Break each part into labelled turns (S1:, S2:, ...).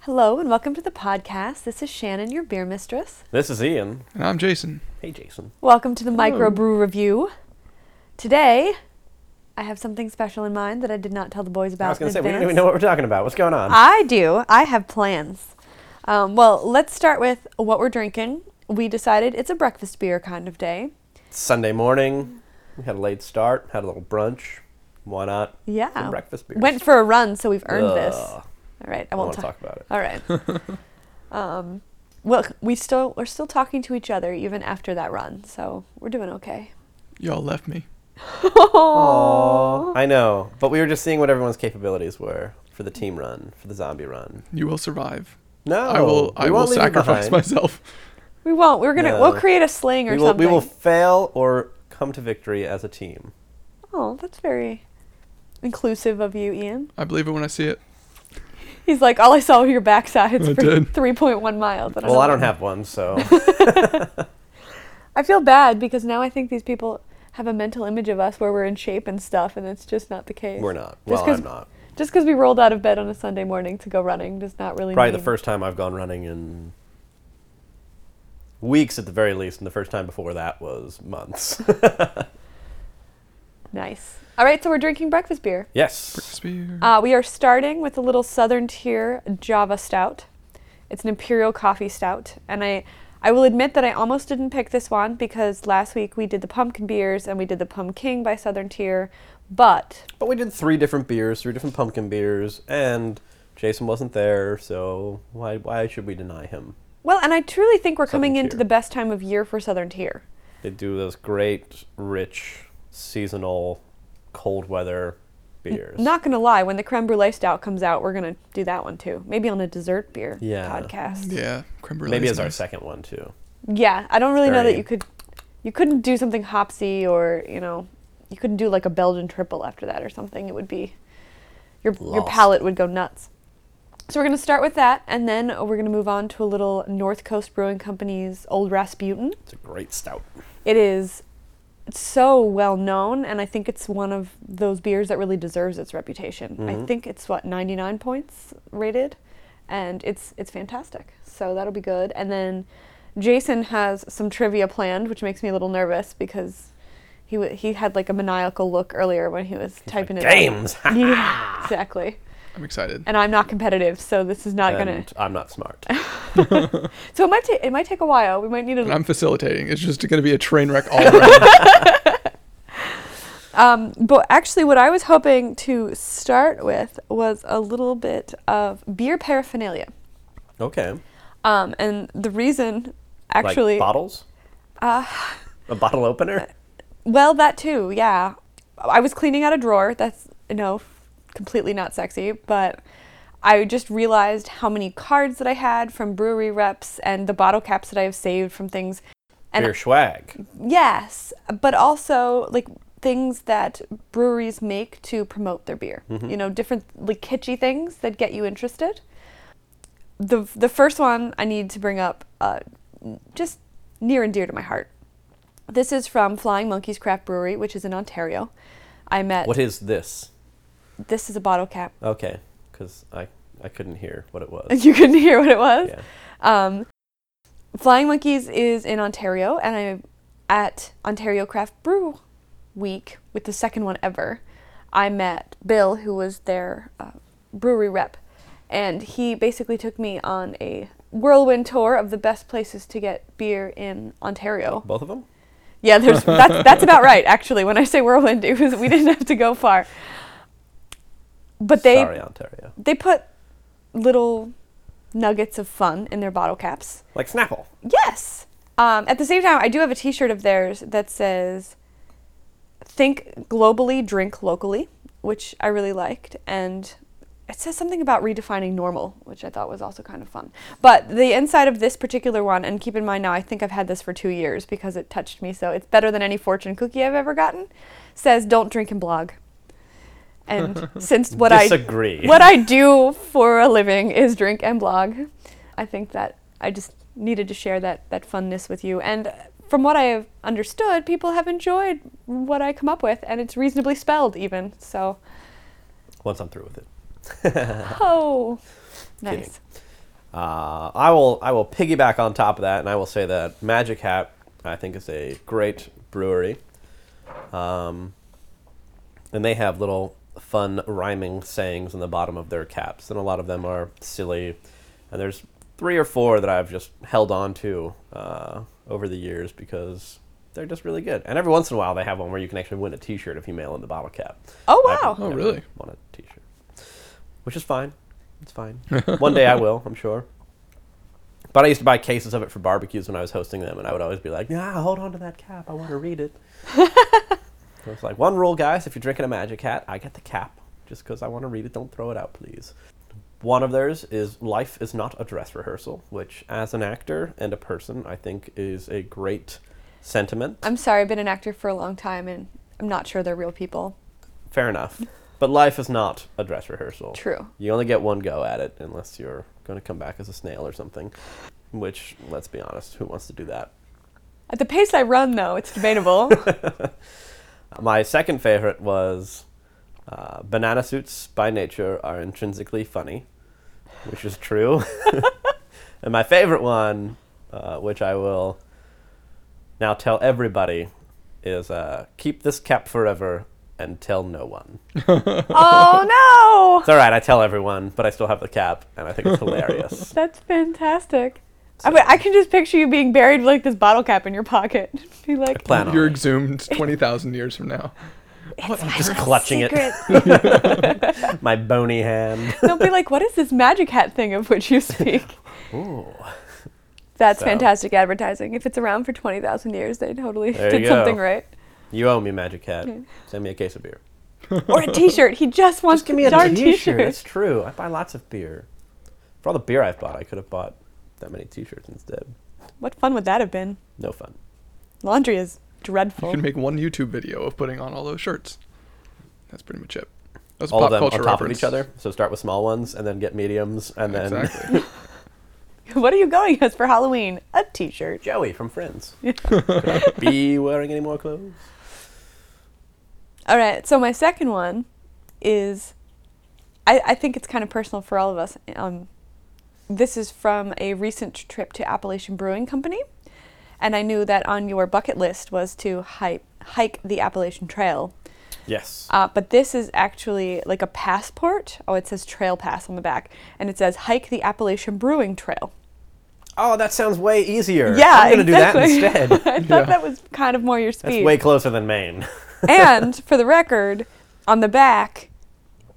S1: Hello and welcome to the podcast. This is Shannon, your beer mistress.
S2: This is Ian.
S3: And I'm Jason.
S2: Hey, Jason.
S1: Welcome to the Microbrew Review. Today, I have something special in mind that I did not tell the boys about.
S2: I was going
S1: in
S2: to say, we don't
S1: advance.
S2: even know what we're talking about. What's going on?
S1: I do. I have plans. Um, well, let's start with what we're drinking. We decided it's a breakfast beer kind of day.
S2: It's Sunday morning. We had a late start, had a little brunch. Why not?
S1: Yeah.
S2: Some breakfast beers.
S1: Went for a run, so we've Oh. earned this.
S2: Ugh.
S1: All right, I
S2: I
S1: won't
S2: want to
S1: talk.
S2: talk about it.
S1: All right. um, well, we still we're still talking to each other even after that run, so we're doing okay.
S3: Y'all left me.
S2: I know, but we were just seeing what everyone's capabilities were for the team run, for the zombie run.
S3: You will survive.
S2: No,
S3: I will. I
S2: Oh, we
S3: will
S2: won't leave you
S3: sacrifice
S2: behind.
S3: myself.
S1: We won't. We're gonna.
S2: No.
S1: We'll create a sling or
S2: We will,
S1: something.
S2: we will fail or come to victory as a team.
S1: Oh, that's very inclusive of you, Ian.
S3: I believe it when I see it.
S1: He's like, all I saw were your backsides
S3: I
S1: for
S3: did.
S1: three point one miles.
S2: Well, I don't have one, so
S1: I feel bad because now I think these people have a mental image of us where we're in shape and stuff, and it's just not the case.
S2: we're not.
S1: Just
S2: Well, I'm
S1: 'cause-
S2: not.
S1: Just because we rolled out of bed on a Sunday morning to go running does not really
S2: Probably the
S1: mean-
S2: first time I've gone running in weeks at the very least, and the first time before that was months.
S1: Nice. All right, so we're drinking breakfast beer.
S2: yes.
S3: Spear.
S1: Uh, we are starting with a little Southern Tier Java Stout. It's an Imperial Coffee Stout, and I, I will admit that I almost didn't pick this one because last week we did the pumpkin beers and we did the Pumpkin by Southern Tier, but
S2: But we did three different beers, three different pumpkin beers, and Jason wasn't there, so why why should we deny him?
S1: well, and I truly think we're coming
S2: Southern
S1: into
S2: Tier.
S1: the best time of year for Southern Tier.
S2: They do those great, rich, seasonal, cold weather beers.
S1: Not gonna lie, when the creme brulee stout comes out, we're gonna do that one too. Maybe on a dessert beer
S2: Yeah.
S1: podcast.
S3: yeah. Creme brulee.
S2: Maybe
S3: is
S2: as our
S3: nice.
S2: second one too.
S1: Yeah, I don't really know
S2: very-
S1: that you could, you couldn't do something hopsy or you know, you couldn't do like a Belgian triple after that or something. It would be, your your
S2: Lost.
S1: palate would go nuts. So we're gonna start with that, and then we're gonna move on to a little North Coast Brewing Company's Old Rasputin.
S2: It's a great stout.
S1: It is so well known, and I think it's one of those beers that really deserves its reputation. I think it's what 99 points rated, and it's it's fantastic. So that'll be good. And then Jason has some trivia planned, which makes me a little nervous because he w- he had like a maniacal look earlier when he was typing it. out.
S2: Games.
S1: yeah, exactly.
S3: I'm excited.
S1: And I'm not competitive, so this is not gonna.
S2: and I'm not smart.
S1: So it might ta- it might take a while. We might need a
S3: And I'm facilitating. It's just going to be a train wreck all around.
S1: Um, but actually, what I was hoping to start with was a little bit of beer paraphernalia.
S2: Okay.
S1: Um, and the reason, actually,
S2: like bottles. Uh, a bottle opener.
S1: well, that too, yeah. I was cleaning out a drawer. That's, you know, completely not sexy, but I just realized how many cards that I had from brewery reps and the bottle caps that I have saved from things. And
S2: Beer swag.
S1: Yes, but also like things that breweries make to promote their beer. You know, different like kitschy things that get you interested. The the first one I need to bring up, uh, just near and dear to my heart. This is from Flying Monkeys Craft Brewery, which is in Ontario. I met.
S2: What is this?
S1: this is a bottle cap.
S2: Okay, because I I couldn't hear what it was.
S1: You couldn't hear what it was.
S2: yeah.
S1: Um, Flying Monkeys is in Ontario, and I'm at Ontario Craft Brew Week with the second one ever. I met Bill, who was their uh, brewery rep, and he basically took me on a whirlwind tour of the best places to get beer in Ontario.
S2: Both of them.
S1: Yeah, there's that's that's about right actually. When I say whirlwind, it was we didn't have to go far. But they
S2: Sorry, Ontario.
S1: they put little nuggets of fun in their bottle caps.
S2: Like Snapple.
S1: Yes. Um, at the same time, I do have a T-shirt of theirs that says "Think globally, drink locally," which I really liked, and it says something about redefining normal, which I thought was also kind of fun. But the inside of this particular one, and keep in mind now, I think I've had this for two years because it touched me, so it's better than any fortune cookie I've ever gotten. Says, "Don't drink and blog." And since what I
S2: Disagree.
S1: what I do for a living is drink and blog. I think that I just needed to share that that funness with you. And uh, from what I have understood, people have enjoyed what I come up with, and it's reasonably spelled even. So,
S2: Once I'm through with it.
S1: oh, nice.
S2: Kidding. Uh, I will I will piggyback on top of that, and I will say that Magic Hat I think is a great brewery, um, and they have little fun rhyming sayings in the bottom of their caps, and a lot of them are silly, and there's three or four that I've just held on to uh, over the years because they're just really good. And every once in a while, they have one where you can actually win a T-shirt if you mail in the bottle cap.
S1: Oh
S2: I
S1: wow.
S2: haven't
S3: Oh,
S2: ever
S3: really?
S2: Won a T-shirt, which is fine. It's fine. One day I will, I'm sure. But I used to buy cases of it for barbecues when I was hosting them, and I would always be like, "Nah, hold on to that cap. I want to read it." I was like, "One rule, guys: if you're drinking a Magic Hat, I get the cap, just because I want to read it. Don't throw it out, please." One of theirs is life is not a dress rehearsal, which, as an actor and a person, I think is a great sentiment.
S1: I'm sorry, I've been an actor for a long time and I'm not sure they're real people.
S2: Fair enough. But life is not a dress rehearsal.
S1: True.
S2: You only get one go at it unless you're going to come back as a snail or something. Which, let's be honest, who wants to do that?
S1: At the pace I run though, it's debatable.
S2: My second favorite was uh, banana suits by nature are intrinsically funny, which is true. and my favorite one, uh, which I will now tell everybody, is uh, keep this cap forever and tell no one.
S1: oh no. Oh,
S2: It's all right, I tell everyone, but I still have the cap, and I think it's hilarious.
S1: That's fantastic. I, mean, I can just picture you being buried with like this bottle cap in your pocket. Be like,
S2: plan on
S3: You're
S2: it.
S3: exhumed 20,000 years from now. What on
S2: Just
S3: earth?
S2: clutching
S1: secret.
S2: it, my bony hand.
S1: They'll be like, what is this magic hat thing of which you speak?
S2: Ooh.
S1: That's
S2: So.
S1: fantastic advertising. If it's around for 20,000 years, they totally
S2: There you
S1: did something
S2: go.
S1: right.
S2: You owe me, Magic Cat.
S1: Okay.
S2: Send me a case of beer.
S1: Or a t shirt. He just wants
S2: Just give me a
S1: darn t
S2: t-shirt. It's
S1: shirt.
S2: true. I buy lots of beer. For all the beer I've bought, I could have bought that many t-shirts instead.
S1: What fun would that have been?
S2: No fun.
S1: Laundry is
S3: You
S1: dreadful.
S3: can make one YouTube video of putting on all those shirts. That's pretty much it. That's
S2: all
S3: pop
S2: of them on
S3: culture
S2: top of
S3: reference.
S2: each other. So start with small ones, and then get mediums, and then
S3: Exactly.
S1: what are you going as for Halloween? A t shirt.
S2: Joey from Friends. could I be wearing any more clothes?
S1: All right, so my second one is I, I think it's kind of personal for all of us. Um, this is from a recent trip to Appalachian Brewing Company, and I knew that on your bucket list was to hike, hike the Appalachian Trail.
S2: Yes.
S1: Uh, but this is actually like a passport. Oh, it says Trail Pass on the back, and it says Hike the Appalachian Brewing Trail.
S2: oh, that sounds way easier.
S1: Yeah,
S2: I'm gonna
S1: exactly.
S2: do that instead.
S1: I thought
S3: Yeah.
S1: that was kind of more your speed.
S2: That's way closer than Maine.
S1: and for the record, on the back,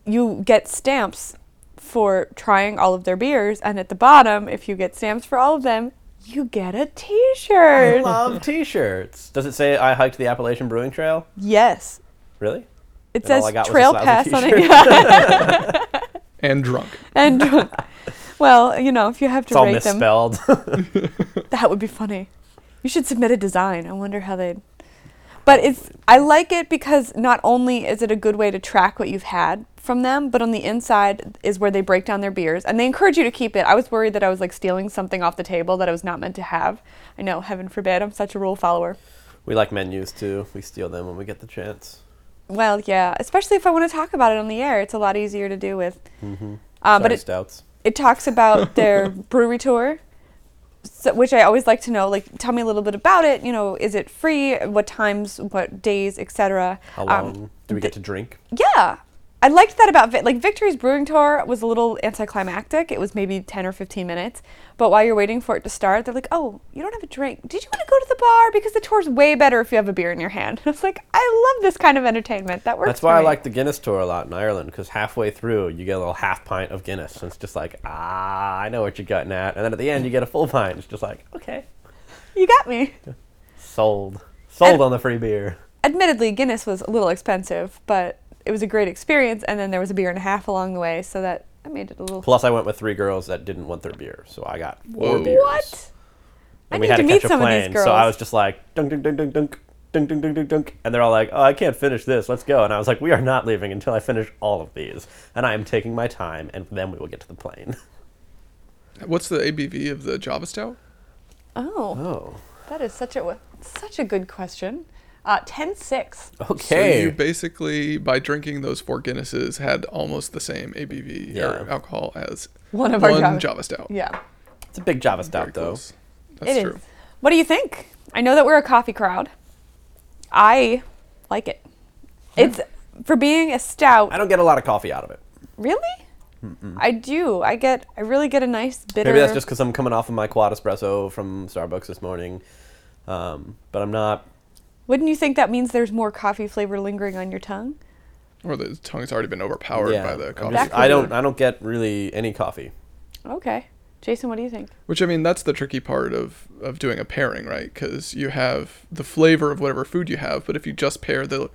S1: you get stamps for trying all of their beers, and at the bottom, if you get stamps for all of them, you get a
S2: I
S1: T-shirt.
S2: love t-shirts. Does it say I hiked the Appalachian Brewing Trail?
S1: yes,
S2: Really?
S1: it
S2: And all I
S1: says
S2: got was a
S1: Trail
S2: lousy
S1: Pass on it.
S2: t-shirt.
S1: Yeah.
S3: and drunk.
S1: and well, you know, if you have to
S2: It's all
S1: rate them,
S2: misspelled.
S1: that would be funny. You should submit a design. I wonder how they'd. But it's I like it because not only is it a good way to track what you've had from them, but on the inside is where they break down their beers and they encourage you to keep it. I was worried that I was like stealing something off the table that I was not meant to have. I know, heaven forbid, I'm such a rule follower.
S2: we like menus too. We steal them when we get the chance.
S1: Well, yeah, especially if I want to talk about it on the air, it's a lot easier to do with.
S2: Mm-hmm.
S1: Uh, but
S2: Sorry,
S1: it,
S2: stouts.
S1: it talks about their brewery tour so, which i always like to know like tell me a little bit about it you know is it free what times what days etc
S2: How long do we get to drink?
S1: yeah i liked that about Vi- like victory's brewing tour was a little anticlimactic it was maybe 10 or 15 minutes but while you're waiting for it to start they're like oh you don't have a drink did you want to go to the bar because the tour's way better if you have a beer in your hand i was like i love this kind of entertainment that works
S2: That's
S1: for
S2: why I
S1: me.
S2: like the Guinness tour a lot in Ireland because halfway through you get a little half pint of Guinness and it's just like ah I know what you're getting at, and then at the end you get a full pint. It's just like okay,
S1: you got me
S2: sold, sold
S1: And-
S2: on the free beer.
S1: admittedly guinness was a little expensive but it was a great experience and then there was a beer and a half along the way so that i made it a little
S2: Plus I went with three girls that didn't want their beer, so I got four
S3: Whoa.
S2: beers.
S1: what
S2: And
S1: I
S2: we
S1: need
S2: had
S1: to
S2: to
S1: meet
S2: catch a
S1: some of these
S2: plane, so
S1: girls.
S2: I was just like dunk dunk dunk dunk dunk. Dunk, dunk, dunk, dunk, dunk. And they're all like, oh, I can't finish this. Let's go. And I was like, we are not leaving until I finish all of these. And I am taking my time, and then we will get to the plane.
S3: What's the ABV of the Java Stout?
S1: oh
S2: Oh.
S1: that is such a such a good question Uh, 10 6.
S2: Okay.
S3: So you basically, by drinking those four Guinnesses, had almost the same ABV or
S2: Yeah.
S3: alcohol as
S1: One of our
S3: one
S1: Java.
S3: Java
S2: Oh.
S3: Stout.
S1: Yeah.
S2: it's a big Java
S3: Very
S2: stout, though.
S3: close.
S1: it
S3: That's
S1: is.
S3: true.
S1: What do you think? I know that we're a coffee crowd. I like it. It's for being a stout.
S2: Hmm? I don't get a lot of coffee out of it.
S1: really? I do. I get. I really get a nice bitter.
S2: Maybe that's just because I'm coming off of my quad espresso from Starbucks this morning. Um, but I'm not.
S1: Wouldn't you think that means there's more coffee flavor lingering on your tongue?
S3: Or the tongue's already been overpowered
S2: yeah,
S3: by the
S2: I'm
S3: coffee.
S2: just-
S1: That
S2: I don't.
S1: flavor.
S2: I don't get really any coffee.
S1: Okay, Jason, what do you think?
S3: Which I mean, that's the tricky part of of doing a pairing, right? Because you have the flavor of whatever food you have, but if you just pair the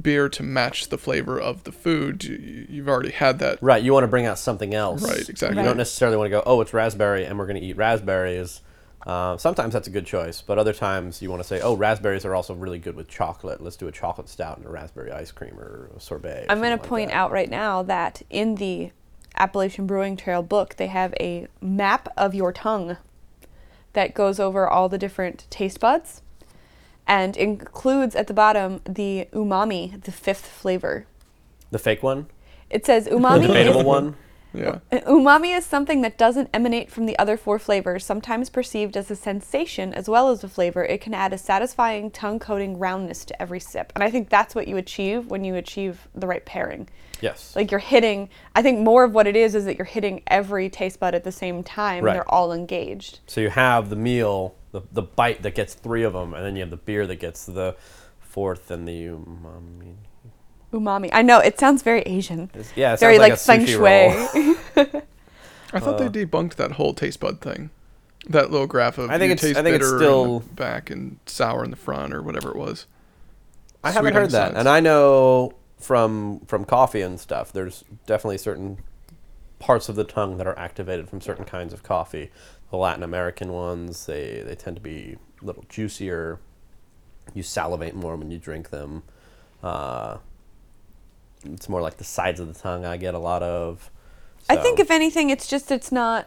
S3: beer to match the flavor of the food, you, you've already had that.
S2: Right. You want to bring out something else.
S3: Right, exactly.
S2: You
S1: Right.
S2: don't necessarily want to go. Oh, it's raspberry, and we're going to eat raspberries. Uh, sometimes that's a good choice, but other times you want to say, "Oh, raspberries are also really good with chocolate. Let's do a chocolate stout and a raspberry ice cream or a sorbet."
S1: I'm going to point out right now that in the Appalachian Brewing Trail book, they have a map of your tongue that goes over all the different taste buds and includes at the bottom the umami, the fifth flavor.
S2: the fake one,
S1: It says
S2: the
S1: umami
S2: debatable
S1: is,
S2: one.
S3: Yeah.
S1: Uh, umami is something that doesn't emanate from the other four flavors, sometimes perceived as a sensation as well as a flavor. It can add a satisfying tongue coating roundness to every sip. And I think that's what you achieve when you achieve the right pairing.
S2: Yes.
S1: like you're hitting i think more of what it is is that you're hitting every taste bud at the same time
S2: Right.
S1: and they're all engaged
S2: So you have the meal, the, the bite that gets three of them, and then you have the beer that gets the fourth and the um, umami.
S1: umami i know it sounds very asian
S2: It's- Yeah, it
S1: very
S2: sounds like,
S1: like, feng
S2: a sushi roll.
S1: shui
S3: I thought they debunked that whole taste bud thing. That little graph of
S2: Uh, I think
S3: you
S2: it's-
S3: taste
S2: I think it's
S3: bitter
S2: still-
S3: in the back and sour in the front or whatever it was.
S2: I haven't
S3: Sweet on
S2: heard
S3: the
S2: that,
S3: sides.
S2: and I know from from coffee and stuff. There's definitely certain parts of the tongue that are activated from certain kinds of coffee. The Latin American ones, they they tend to be a little juicier. You salivate more when you drink them. Uh, it's more like the sides of the tongue I get a lot of.
S1: i think
S2: So-
S1: if anything it's just it's not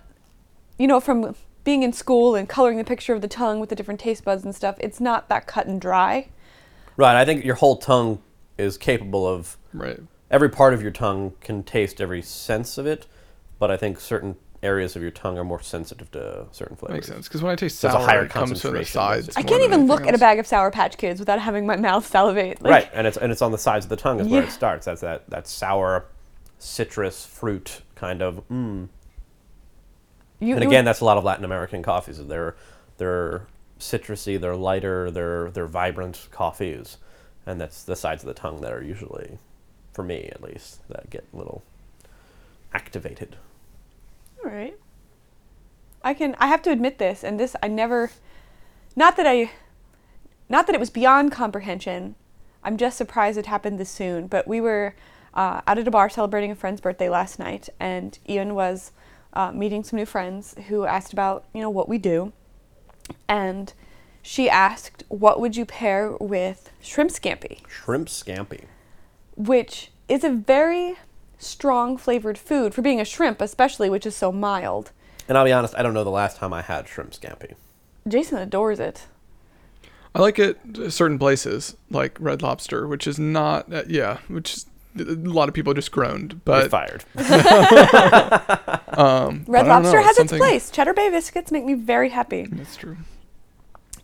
S1: you know from being in school and coloring the picture of the tongue with the different taste buds and stuff it's not that cut and dry
S2: Right. I think your whole tongue is capable of
S3: Right.
S2: every part of your tongue can taste every sense of it, but I think certain areas of your tongue are more sensitive to certain flavors.
S3: Makes sense. Because when I taste
S2: There's a
S3: sour,
S2: higher
S3: it comes from the
S2: concentration,
S3: sides.
S2: basically.
S1: i
S3: more
S1: can't
S3: than
S1: even look
S3: anything
S1: at a
S3: else.
S1: bag of sour patch kids without having my mouth salivate like,
S2: Right, and it's and it's on the sides of the tongue is where
S1: Yeah.
S2: it starts. That's that that sour, citrus fruit kind of. Mm.
S1: you,
S2: And
S1: you-
S2: again, that's a lot of Latin American coffees. They're they're citrusy, they're lighter, they're they're vibrant coffees, and that's the sides of the tongue that are usually, for me at least, that get a little activated.
S1: All right. I can I have to admit this and this I never not that I not that it was beyond comprehension. I'm just surprised it happened this soon, but we were uh, out at a bar celebrating a friend's birthday last night, and Ian was uh, meeting some new friends who asked about you know what we do, and she asked what would you pair with shrimp scampi,
S2: Shrimp scampi.
S1: which is a very strong flavored food for being a shrimp, especially which is so mild.
S2: And I'll be honest, I don't know the last time I had shrimp scampi.
S1: Jason adores it.
S3: I like it uh, certain places, like Red Lobster, which is not, uh, yeah, which is, a lot of people just groaned,
S2: You're
S3: but
S2: fired.
S3: um,
S1: Red
S3: but I don't
S1: Lobster
S3: know,
S1: has
S3: something-
S1: its place. Cheddar Bay biscuits make me very happy.
S3: That's true.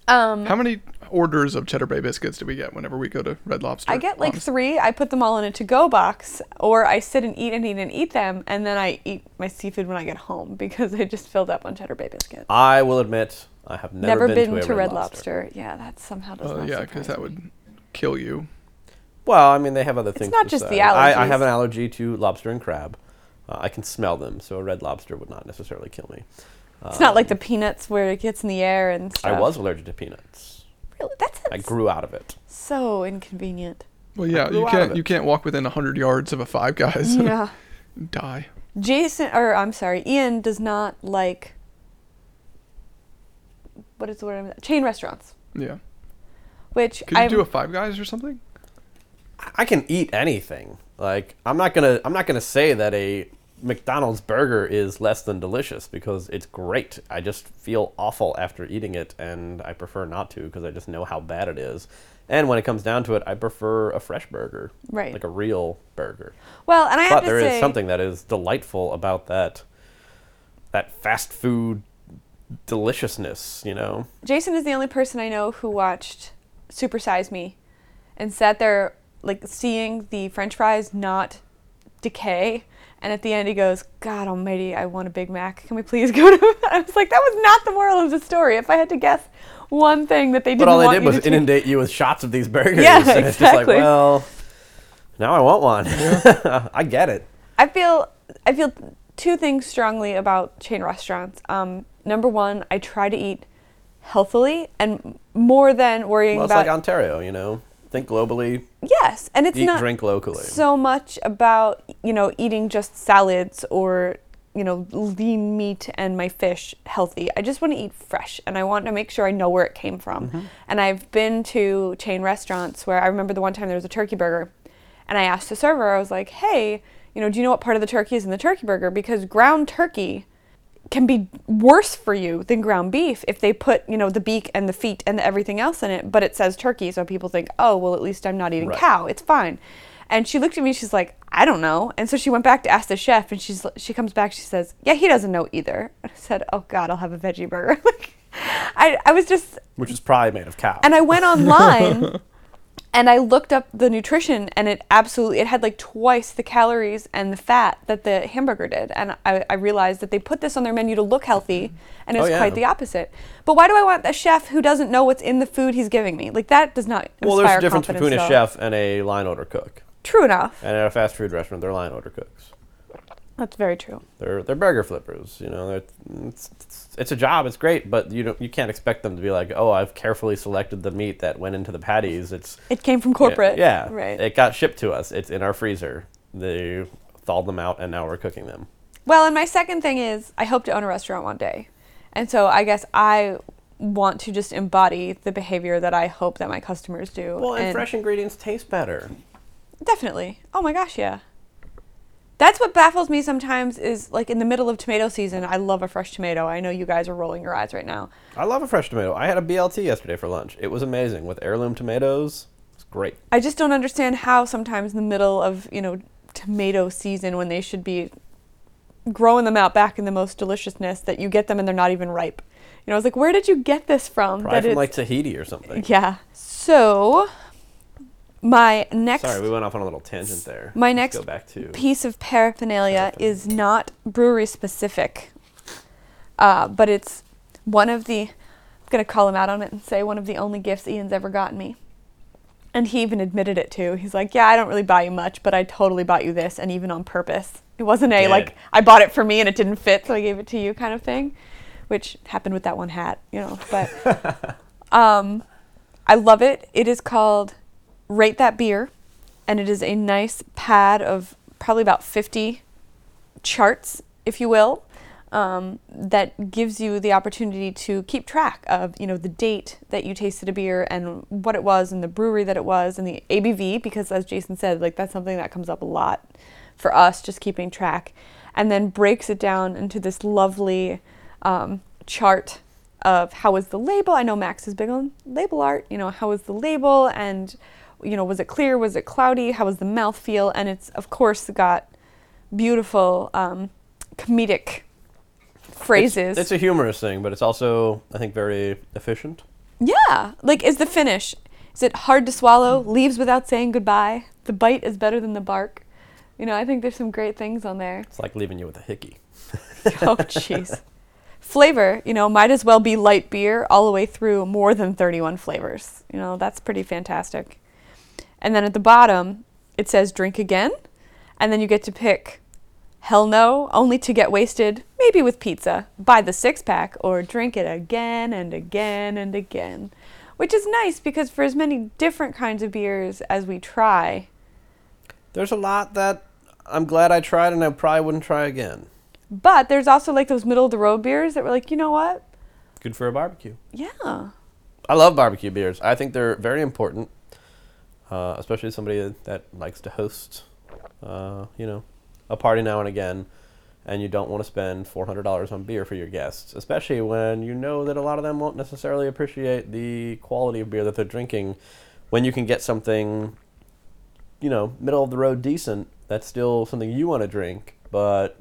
S1: Um,
S3: How many orders of Cheddar Bay biscuits do we get whenever we go to Red Lobster?
S1: I get like
S3: honestly?
S1: three. I put them all in a to-go box, or I sit and eat and eat and eat them, and then I eat my seafood when I get home because I just filled up on Cheddar Bay biscuit.
S2: I will admit, I have never, been, to, a
S1: Red Lobster. Yeah, that somehow does
S3: Uh,
S1: not.
S3: yeah,
S1: because
S3: because that would kill you.
S2: Well, I mean, they have other things.
S1: not just the
S2: besides- I, I
S1: allergies.
S2: have an allergy to lobster and crab. Uh, I can smell them, so a red lobster would not necessarily kill me.
S1: It's not like the peanuts where it gets in the air and stuff.
S2: um, I was allergic to peanuts.
S1: Really? That's
S2: I
S1: that's
S2: grew out of it.
S1: so inconvenient.
S3: Well, yeah,
S2: grew
S3: you
S2: out of
S3: can't
S2: it.
S3: you can't walk within hundred yards of a Five Guys.
S1: yeah.
S3: Die.
S1: Jason, or I'm sorry, Ian does not like. What is the word? I'm, chain restaurants,
S3: Yeah.
S1: which
S3: Could you
S1: I
S3: do a Five Guys or something?
S2: I- I can eat anything. Like I'm not gonna I'm not gonna say that a McDonald's burger is less than delicious because it's great. I just feel awful after eating it, and I prefer not to because I just know how bad it is. And when it comes down to it, I prefer a fresh burger,
S1: Right.
S2: like a real burger.
S1: well, and I have
S2: But
S1: to
S2: there is
S1: say,
S2: something that is delightful about that that fast food deliciousness, you know.
S1: Jason is the only person I know who watched Super Size Me and sat there like seeing the french fries not decay and at the end he goes, "God almighty, I want a Big Mac. Can we please go to?" I was like, that was not the moral of the story. If I had to guess one thing that they didn't
S2: But all they
S1: want
S2: did
S1: you
S2: was
S1: to taste-
S2: inundate you with shots of these burgers.
S1: Yeah,
S2: and it's just like,
S1: exactly.
S2: well, now I want one. I get it.
S1: I feel I feel two things strongly about chain restaurants. Um, number one, I try to eat healthily and more than worrying
S2: Well, it's
S1: about
S2: like Ontario, you know. Think globally,
S1: yes, and it's
S2: eat,
S1: not
S2: drink locally.
S1: so much about you know eating just salads or you know lean meat and my fish healthy i just want to eat fresh and i want to make sure i know where it came from and i've been to chain restaurants where i remember the one time there was a turkey burger and i asked the server i was like hey you know do you know what part of the turkey is in the turkey burger because ground turkey can be worse for you than ground beef if they put you know the beak and the feet and the everything else in it but it says turkey so people think oh well at least i'm not eating
S2: Right.
S1: cow it's fine and she looked at me she's like i don't know and so she went back to ask the chef and she's she comes back she says yeah he doesn't know either i said oh god i'll have a veggie burger like I, I was just
S2: which is probably made of cow.
S1: and I went online and I looked up the nutrition and it absolutely it had like twice the calories and the fat that the hamburger did and I, I realized that they put this on their menu to look healthy and it
S2: Oh,
S1: was
S2: yeah.
S1: quite the opposite. But why do I want a chef who doesn't know what's in the food he's giving me? Like that does not
S2: well, there's
S1: inspire
S2: a difference
S1: confidence
S2: between
S1: at
S2: a
S1: all.
S2: chef and a line order cook.
S1: True enough.
S2: And at a fast food restaurant, they're line order cooks.
S1: That's very true.
S2: They're they're burger flippers. You know, They're- it's, it's it's a job. It's great, but you don't you can't expect them to be like, oh, I've carefully selected the meat that went into the patties. It's
S1: It came from corporate.
S2: Yeah, yeah.
S1: Right.
S2: It got shipped to us. It's in our freezer. They thawed them out, and now we're cooking them.
S1: Well, and my second thing is I hope to own a restaurant one day. And so I guess I want to just embody the behavior that I hope that my customers do.
S2: Well, and, fresh ingredients taste better.
S1: Definitely. Oh my gosh, yeah. That's what baffles me sometimes is like in the middle of tomato season, I love a fresh tomato. I know you guys are rolling your eyes right now.
S2: I love a fresh tomato. I had a BLT yesterday for lunch. It was amazing with heirloom tomatoes. It's great.
S1: I just don't understand how sometimes in the middle of, you know, tomato season when they should be growing them out back in the most deliciousness that you get them and they're not even ripe. You know, I was like, where did you get this from?
S2: Probably
S1: that
S2: from
S1: it's-
S2: like Tahiti or something.
S1: Yeah. So my next
S2: Sorry, we went off on a little tangent there.
S1: My
S2: Let's
S1: next
S2: go back to
S1: piece of paraphernalia
S2: Paraphernalia.
S1: is not brewery specific, uh, but it's one of the. I'm gonna call him out on it and say one of the only gifts Ian's ever gotten me. And he even admitted it too. He's like, "Yeah, I don't really buy you much, but I totally bought you this, and even on purpose. It wasn't a
S2: Yeah.
S1: like I bought it for me and it didn't fit, so I gave it to you kind of thing." which happened with that one hat, you know. But um, I love it. It is called Rate That Beer, and it is a nice pad of probably about 50 charts, if you will, um, that gives you the opportunity to keep track of, you know, the date that you tasted a beer and what it was and the brewery that it was and the ABV, because as Jason said, like that's something that comes up a lot for us, just keeping track, and then breaks it down into this lovely um, chart of how was the label. I know Max is big on label art. You know, how was the label and you know, was it clear? Was it cloudy? How was the mouthfeel? And it's of course got beautiful um, comedic phrases.
S2: It's, it's a humorous thing, but it's also, I think, very efficient.
S1: yeah, like is the finish? Is it hard to swallow? Leaves without saying goodbye. The bite is better than the bark. You know, I think there's some great things on there.
S2: It's like leaving you with a hickey.
S1: oh jeez flavor you know might as well be light beer all the way through more than 31 flavors you know that's pretty fantastic and then at the bottom it says drink again and then you get to pick hell no only to get wasted maybe with pizza buy the six pack or drink it again and again and again which is nice because for as many different kinds of beers as we try
S2: There's a lot that I'm glad I tried, and I probably wouldn't try again.
S1: but there's also like those middle of the road beers that were like you know what
S2: Good for a barbecue.
S1: yeah
S2: I love barbecue beers. I think they're very important, uh, especially somebody that likes to host, uh, you know, a party now and again, and you don't want to spend four hundred dollars on beer for your guests, especially when you know that a lot of them won't necessarily appreciate the quality of beer that they're drinking, when you can get something, you know, middle of the road decent, that's still something you want to drink, but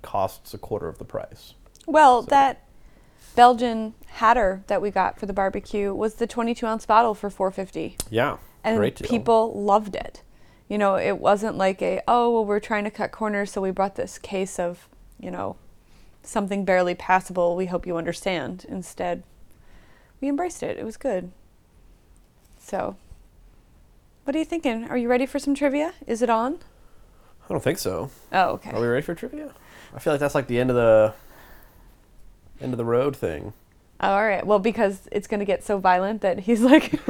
S2: costs a quarter of the price.
S1: Well,
S2: So-
S1: that Belgian Hatter that we got for the barbecue was the 22 ounce bottle for 450,
S2: Yeah.
S1: and
S2: Great deal.
S1: people loved it. You know, it wasn't like a oh well we're trying to cut corners, so we brought this case of you know something barely passable. We hope you understand. Instead, we embraced it. It was good. So, what are you thinking? Are you ready for some trivia? Is it on?
S2: I don't think so.
S1: Oh, okay.
S2: Are we ready for trivia? I feel like that's like the end of the end of the road thing.
S1: All right. Well, because it's going to get so violent that he's like,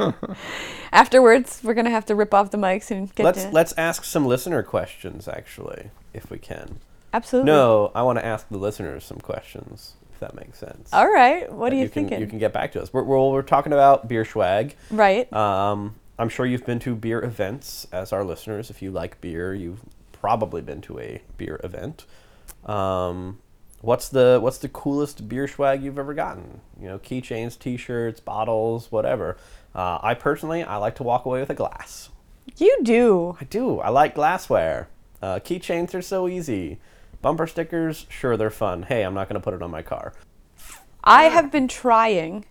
S1: afterwards, we're going to have to rip off the mics and get
S2: let's
S1: to
S2: let's ask some listener questions actually, if we can.
S1: Absolutely.
S2: No, I want to ask the listeners some questions, if that makes sense.
S1: All right. Uh, What
S2: That
S1: are you,
S2: can,
S1: thinking?
S2: Uh, You can get back to us. We're, we're, we're talking about beer swag.
S1: right.
S2: Um, I'm sure you've been to beer events as our listeners. If you like beer, you've probably been to a beer event. Um, what's the what's the coolest beer swag you've ever gotten? You know, keychains, T-shirts, bottles, whatever. Uh, I personally, I like to walk away with a glass.
S1: you do.
S2: I do. I like glassware. Uh, keychains are so easy. Bumper stickers, sure, they're fun. Hey, I'm not going to put it on my car.
S1: I have been trying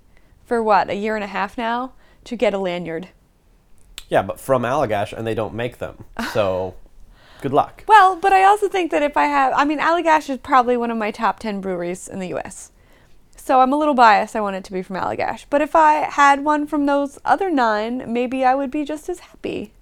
S1: for what, a year and a half now to get a lanyard.
S2: Yeah, but from Allagash, and they don't make them. So, good luck.
S1: Well, but I also think that if I have, I mean, Allagash is probably one of my top 10 breweries in the U.S. So I'm a little biased. I want it to be from Allagash. But if I had one from those other nine, maybe I would be just as happy.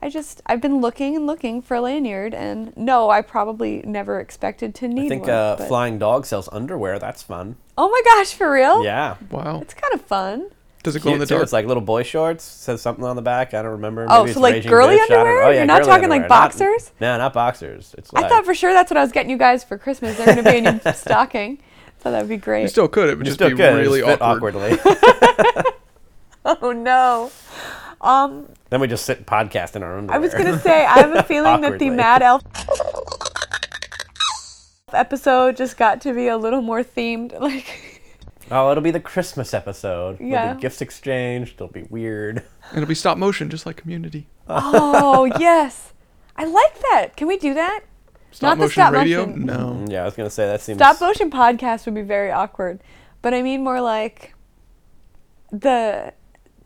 S1: I just, I've been looking and looking for a lanyard, and no, I probably never expected to need
S2: I think
S1: one.
S2: uh,
S1: but-
S2: Flying Dog sells underwear. That's fun.
S1: oh my gosh, for real?
S2: Yeah.
S3: Wow.
S1: It's kind of fun.
S3: Does it glow in the
S2: Cute, too.
S3: dark?
S2: It's like little boy shorts. Says something on the back. I don't remember.
S1: Oh,
S2: Maybe
S1: so
S2: it's
S1: like
S2: Raging
S1: girly
S2: Bitch. I don't-
S1: underwear?
S2: Oh,
S1: You're
S2: yeah,
S1: not
S2: girly
S1: talking like
S2: underwear. Not-
S1: boxers?
S2: no, not boxers. It's
S1: I
S2: like,
S1: thought for sure that's what I was getting you guys for Christmas. They're going to be in your stocking. So that would be
S3: You
S1: great.
S3: still could. It would
S2: You
S3: just
S2: still
S3: be
S2: could, it
S3: really
S2: just fit
S3: awkward.
S2: awkwardly.
S1: oh no. Um,
S2: then we just sit and podcast in our underwear.
S1: I was gonna say I have a feeling that the
S2: Awkwardly.
S1: Mad Elf episode just got to be a little more themed. Like,
S2: Oh, it'll be the Christmas episode.
S1: Yeah.
S2: There'll be gifts exchanged. It'll be weird.
S3: And it'll be stop motion, just like Community.
S1: oh yes, I like that. Can we do that?
S3: Stop
S1: Not the
S3: motion
S1: stop
S3: radio?
S1: motion.
S3: No.
S2: Mm, Yeah, I was gonna say that seems.
S1: Stop uh, motion podcast would be very awkward, but I mean more like the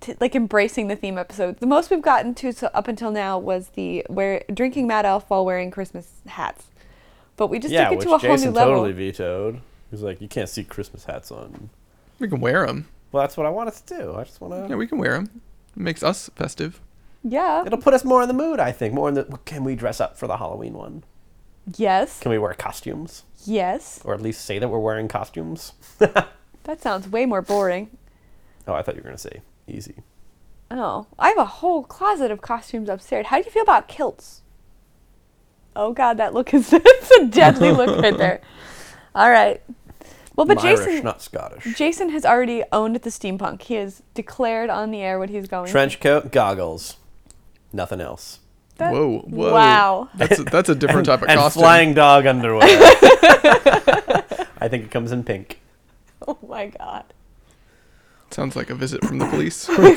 S1: t- like embracing the theme episode. The most we've gotten to so up until now was the where drinking Mad Elf while wearing Christmas hats, but we just
S2: yeah,
S1: took it
S2: which
S1: to a whole
S2: Jason
S1: new level.
S2: totally vetoed. He's like, you can't see Christmas hats on.
S3: We can wear them.
S2: Well, that's what I want us to do. I just want to.
S3: Yeah, we can wear them. It makes us festive.
S1: yeah.
S2: It'll put us more in the mood, I think. More in the. Can we dress up for the Halloween one?
S1: Yes.
S2: Can we wear costumes,
S1: Yes.
S2: or at least say that we're wearing costumes?
S1: That sounds way more boring.
S2: Oh, I thought you were gonna say easy.
S1: Oh, I have a whole closet of costumes upstairs. How do you feel about kilts? Oh God, that look is—it's a deadly look right there. All right. Well, but
S2: I'm Irish,
S1: Jason,
S2: not Scottish.
S1: Jason has already owned the steampunk. He has declared on the air what he's going.
S2: Trench coat, goggles, nothing else.
S1: That-
S3: whoa, whoa.
S1: Wow.
S3: That's a, that's a different type of
S2: and
S3: costume.
S2: flying dog underwear. I think it comes in pink.
S1: Oh my God.
S3: Sounds like a visit from the police. right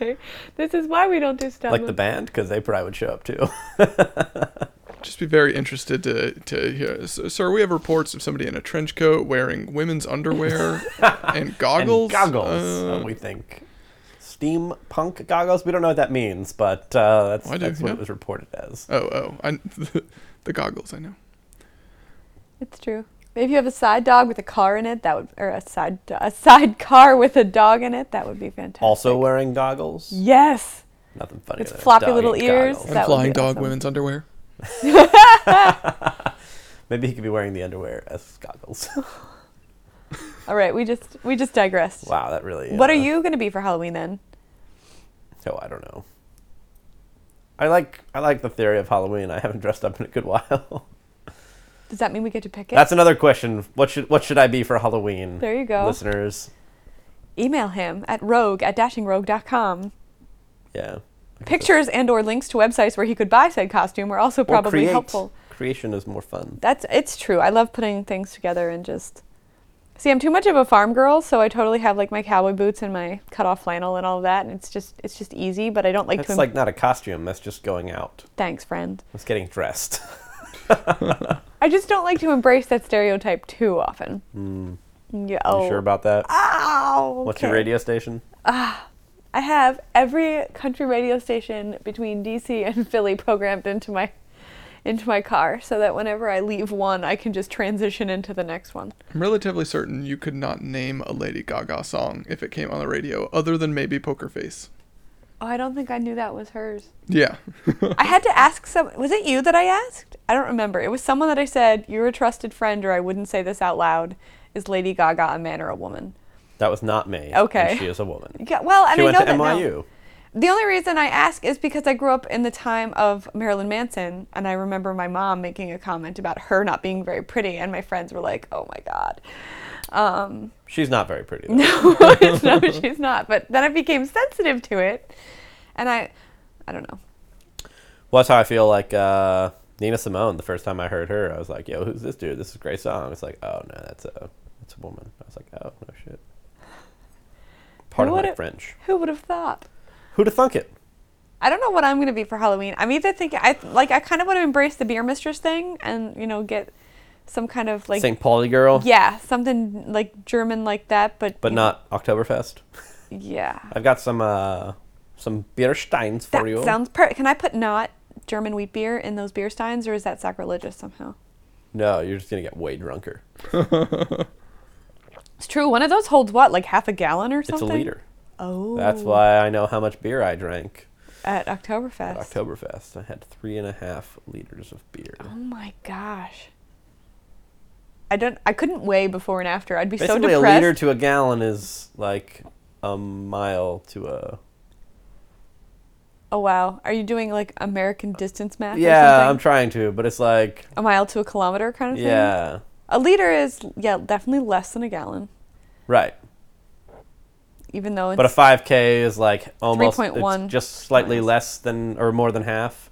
S3: there.
S1: This is why we don't do stuff.
S2: Like the band, because they probably would show up too.
S3: Just be very interested to to hear. So, sir, we have reports of somebody in a trench coat wearing women's underwear and goggles.
S2: And goggles,
S3: Uh,
S2: uh, we think. Steampunk goggles. We don't know what that means, but uh, that's,
S3: I do,
S2: that's what
S3: yeah.
S2: it was reported as.
S3: oh, oh, I, the, goggles. I know.
S1: It's true. If you have a side dog with a car in it, that would, or a side a side car with a dog in it, that would be fantastic.
S2: Also wearing goggles.
S1: Yes.
S2: Nothing funny.
S1: With
S2: than a
S1: floppy
S2: dog
S1: little
S2: and
S1: ears.
S2: goggles.
S3: And
S1: That would
S3: flying
S1: be
S3: dog
S1: awesome.
S3: women's underwear.
S2: Maybe he could be wearing the underwear as goggles.
S1: All right, we just we just digressed.
S2: wow, that really.
S1: What are
S2: uh,
S1: you going to be for Halloween then?
S2: Oh, I don't know. I like I like the theory of Halloween. I haven't dressed up in a good while.
S1: Does that mean we get to pick it?
S2: That's another question. What should what should I be for Halloween?
S1: there you go.
S2: Listeners.
S1: Email him at rogue at dashingrogue.com.
S2: Yeah.
S1: Pictures and or links to websites where he could buy said costume are also
S2: Or
S1: probably
S2: create.
S1: helpful.
S2: Creation is more fun.
S1: That's it's true. I love putting things together and just See, I'm too much of a farm girl, so I totally have like my cowboy boots and my cut off flannel and all of that, and it's just it's just easy. But I don't like
S2: That's
S1: to.
S2: like not a costume. That's just going out.
S1: Thanks, friend.
S2: That's getting dressed.
S1: I just don't like to embrace that stereotype too often. Yeah. Oh.
S2: Hmm. You sure about that?
S1: Ow,
S2: What's your
S1: okay.
S2: radio station?
S1: I have every country radio station between DC and Philly programmed into my into my car so that whenever I leave one I can just transition into the next one.
S3: I'm relatively certain you could not name a Lady Gaga song if it came on the radio, other than maybe Poker Face.
S1: Oh, I don't think I knew that was hers.
S3: Yeah.
S1: I had to ask some was it you that I asked? I don't remember. It was someone that I said, You're a trusted friend or I wouldn't say this out loud. Is Lady Gaga a man or a woman?
S2: That was not me.
S1: Okay.
S2: And she is a woman.
S1: Yeah, well, and
S2: She
S1: I
S2: went
S1: know
S2: to
S1: that now.
S2: NYU.
S1: The only reason I ask is because I grew up in the time of Marilyn Manson, and I remember my mom making a comment about her not being very pretty, and my friends were like, "Oh my god." Um,
S2: She's not very pretty. Though.
S1: no, she's not. But then I became sensitive to it, and I, I don't know.
S2: Well, that's how I feel like uh, Nina Simone. The first time I heard her, I was like, "Yo, who's this dude? This is a great song." It's like, "Oh no, that's a that's a woman." I was like, "Oh no, shit." Part of my
S1: would've-
S2: French.
S1: Who would have thought?
S2: Who'd have thunk it?
S1: I don't know what I'm gonna be for Halloween. I'm either thinking I like I kind of want to embrace the beer mistress thing, and you know get some kind of like
S2: St. Pauli girl,
S1: yeah something like German like that, but
S2: but
S1: you-
S2: not Oktoberfest.
S1: yeah.
S2: I've got some uh, some Biersteins for
S1: That
S2: you.
S1: sounds perfect. Can I put not German wheat beer in those beer steins, or is that sacrilegious somehow?
S2: no, you're just gonna get way drunker.
S1: It's true. One of those holds what, like half a gallon or something?
S2: It's a liter.
S1: Oh.
S2: That's why I know how much beer I drank
S1: At
S2: at
S1: Oktoberfest.
S2: Oktoberfest. I had three and a half liters of beer.
S1: Oh my gosh. I don't. I couldn't weigh before and after. I'd be so
S2: Basically, a
S1: depressed.
S2: liter to a gallon is like a mile to a.
S1: oh wow. Are you doing like American distance math?
S2: Yeah,
S1: Or
S2: I'm
S1: something?
S2: trying to, but it's like
S1: a mile to a kilometer kind of thing.
S2: yeah,
S1: A liter is yeah definitely less than a gallon,
S2: right.
S1: even though it's
S2: But a 5K is like almost it's
S1: 3.1
S2: just slightly
S1: miles.
S2: less than or more than half.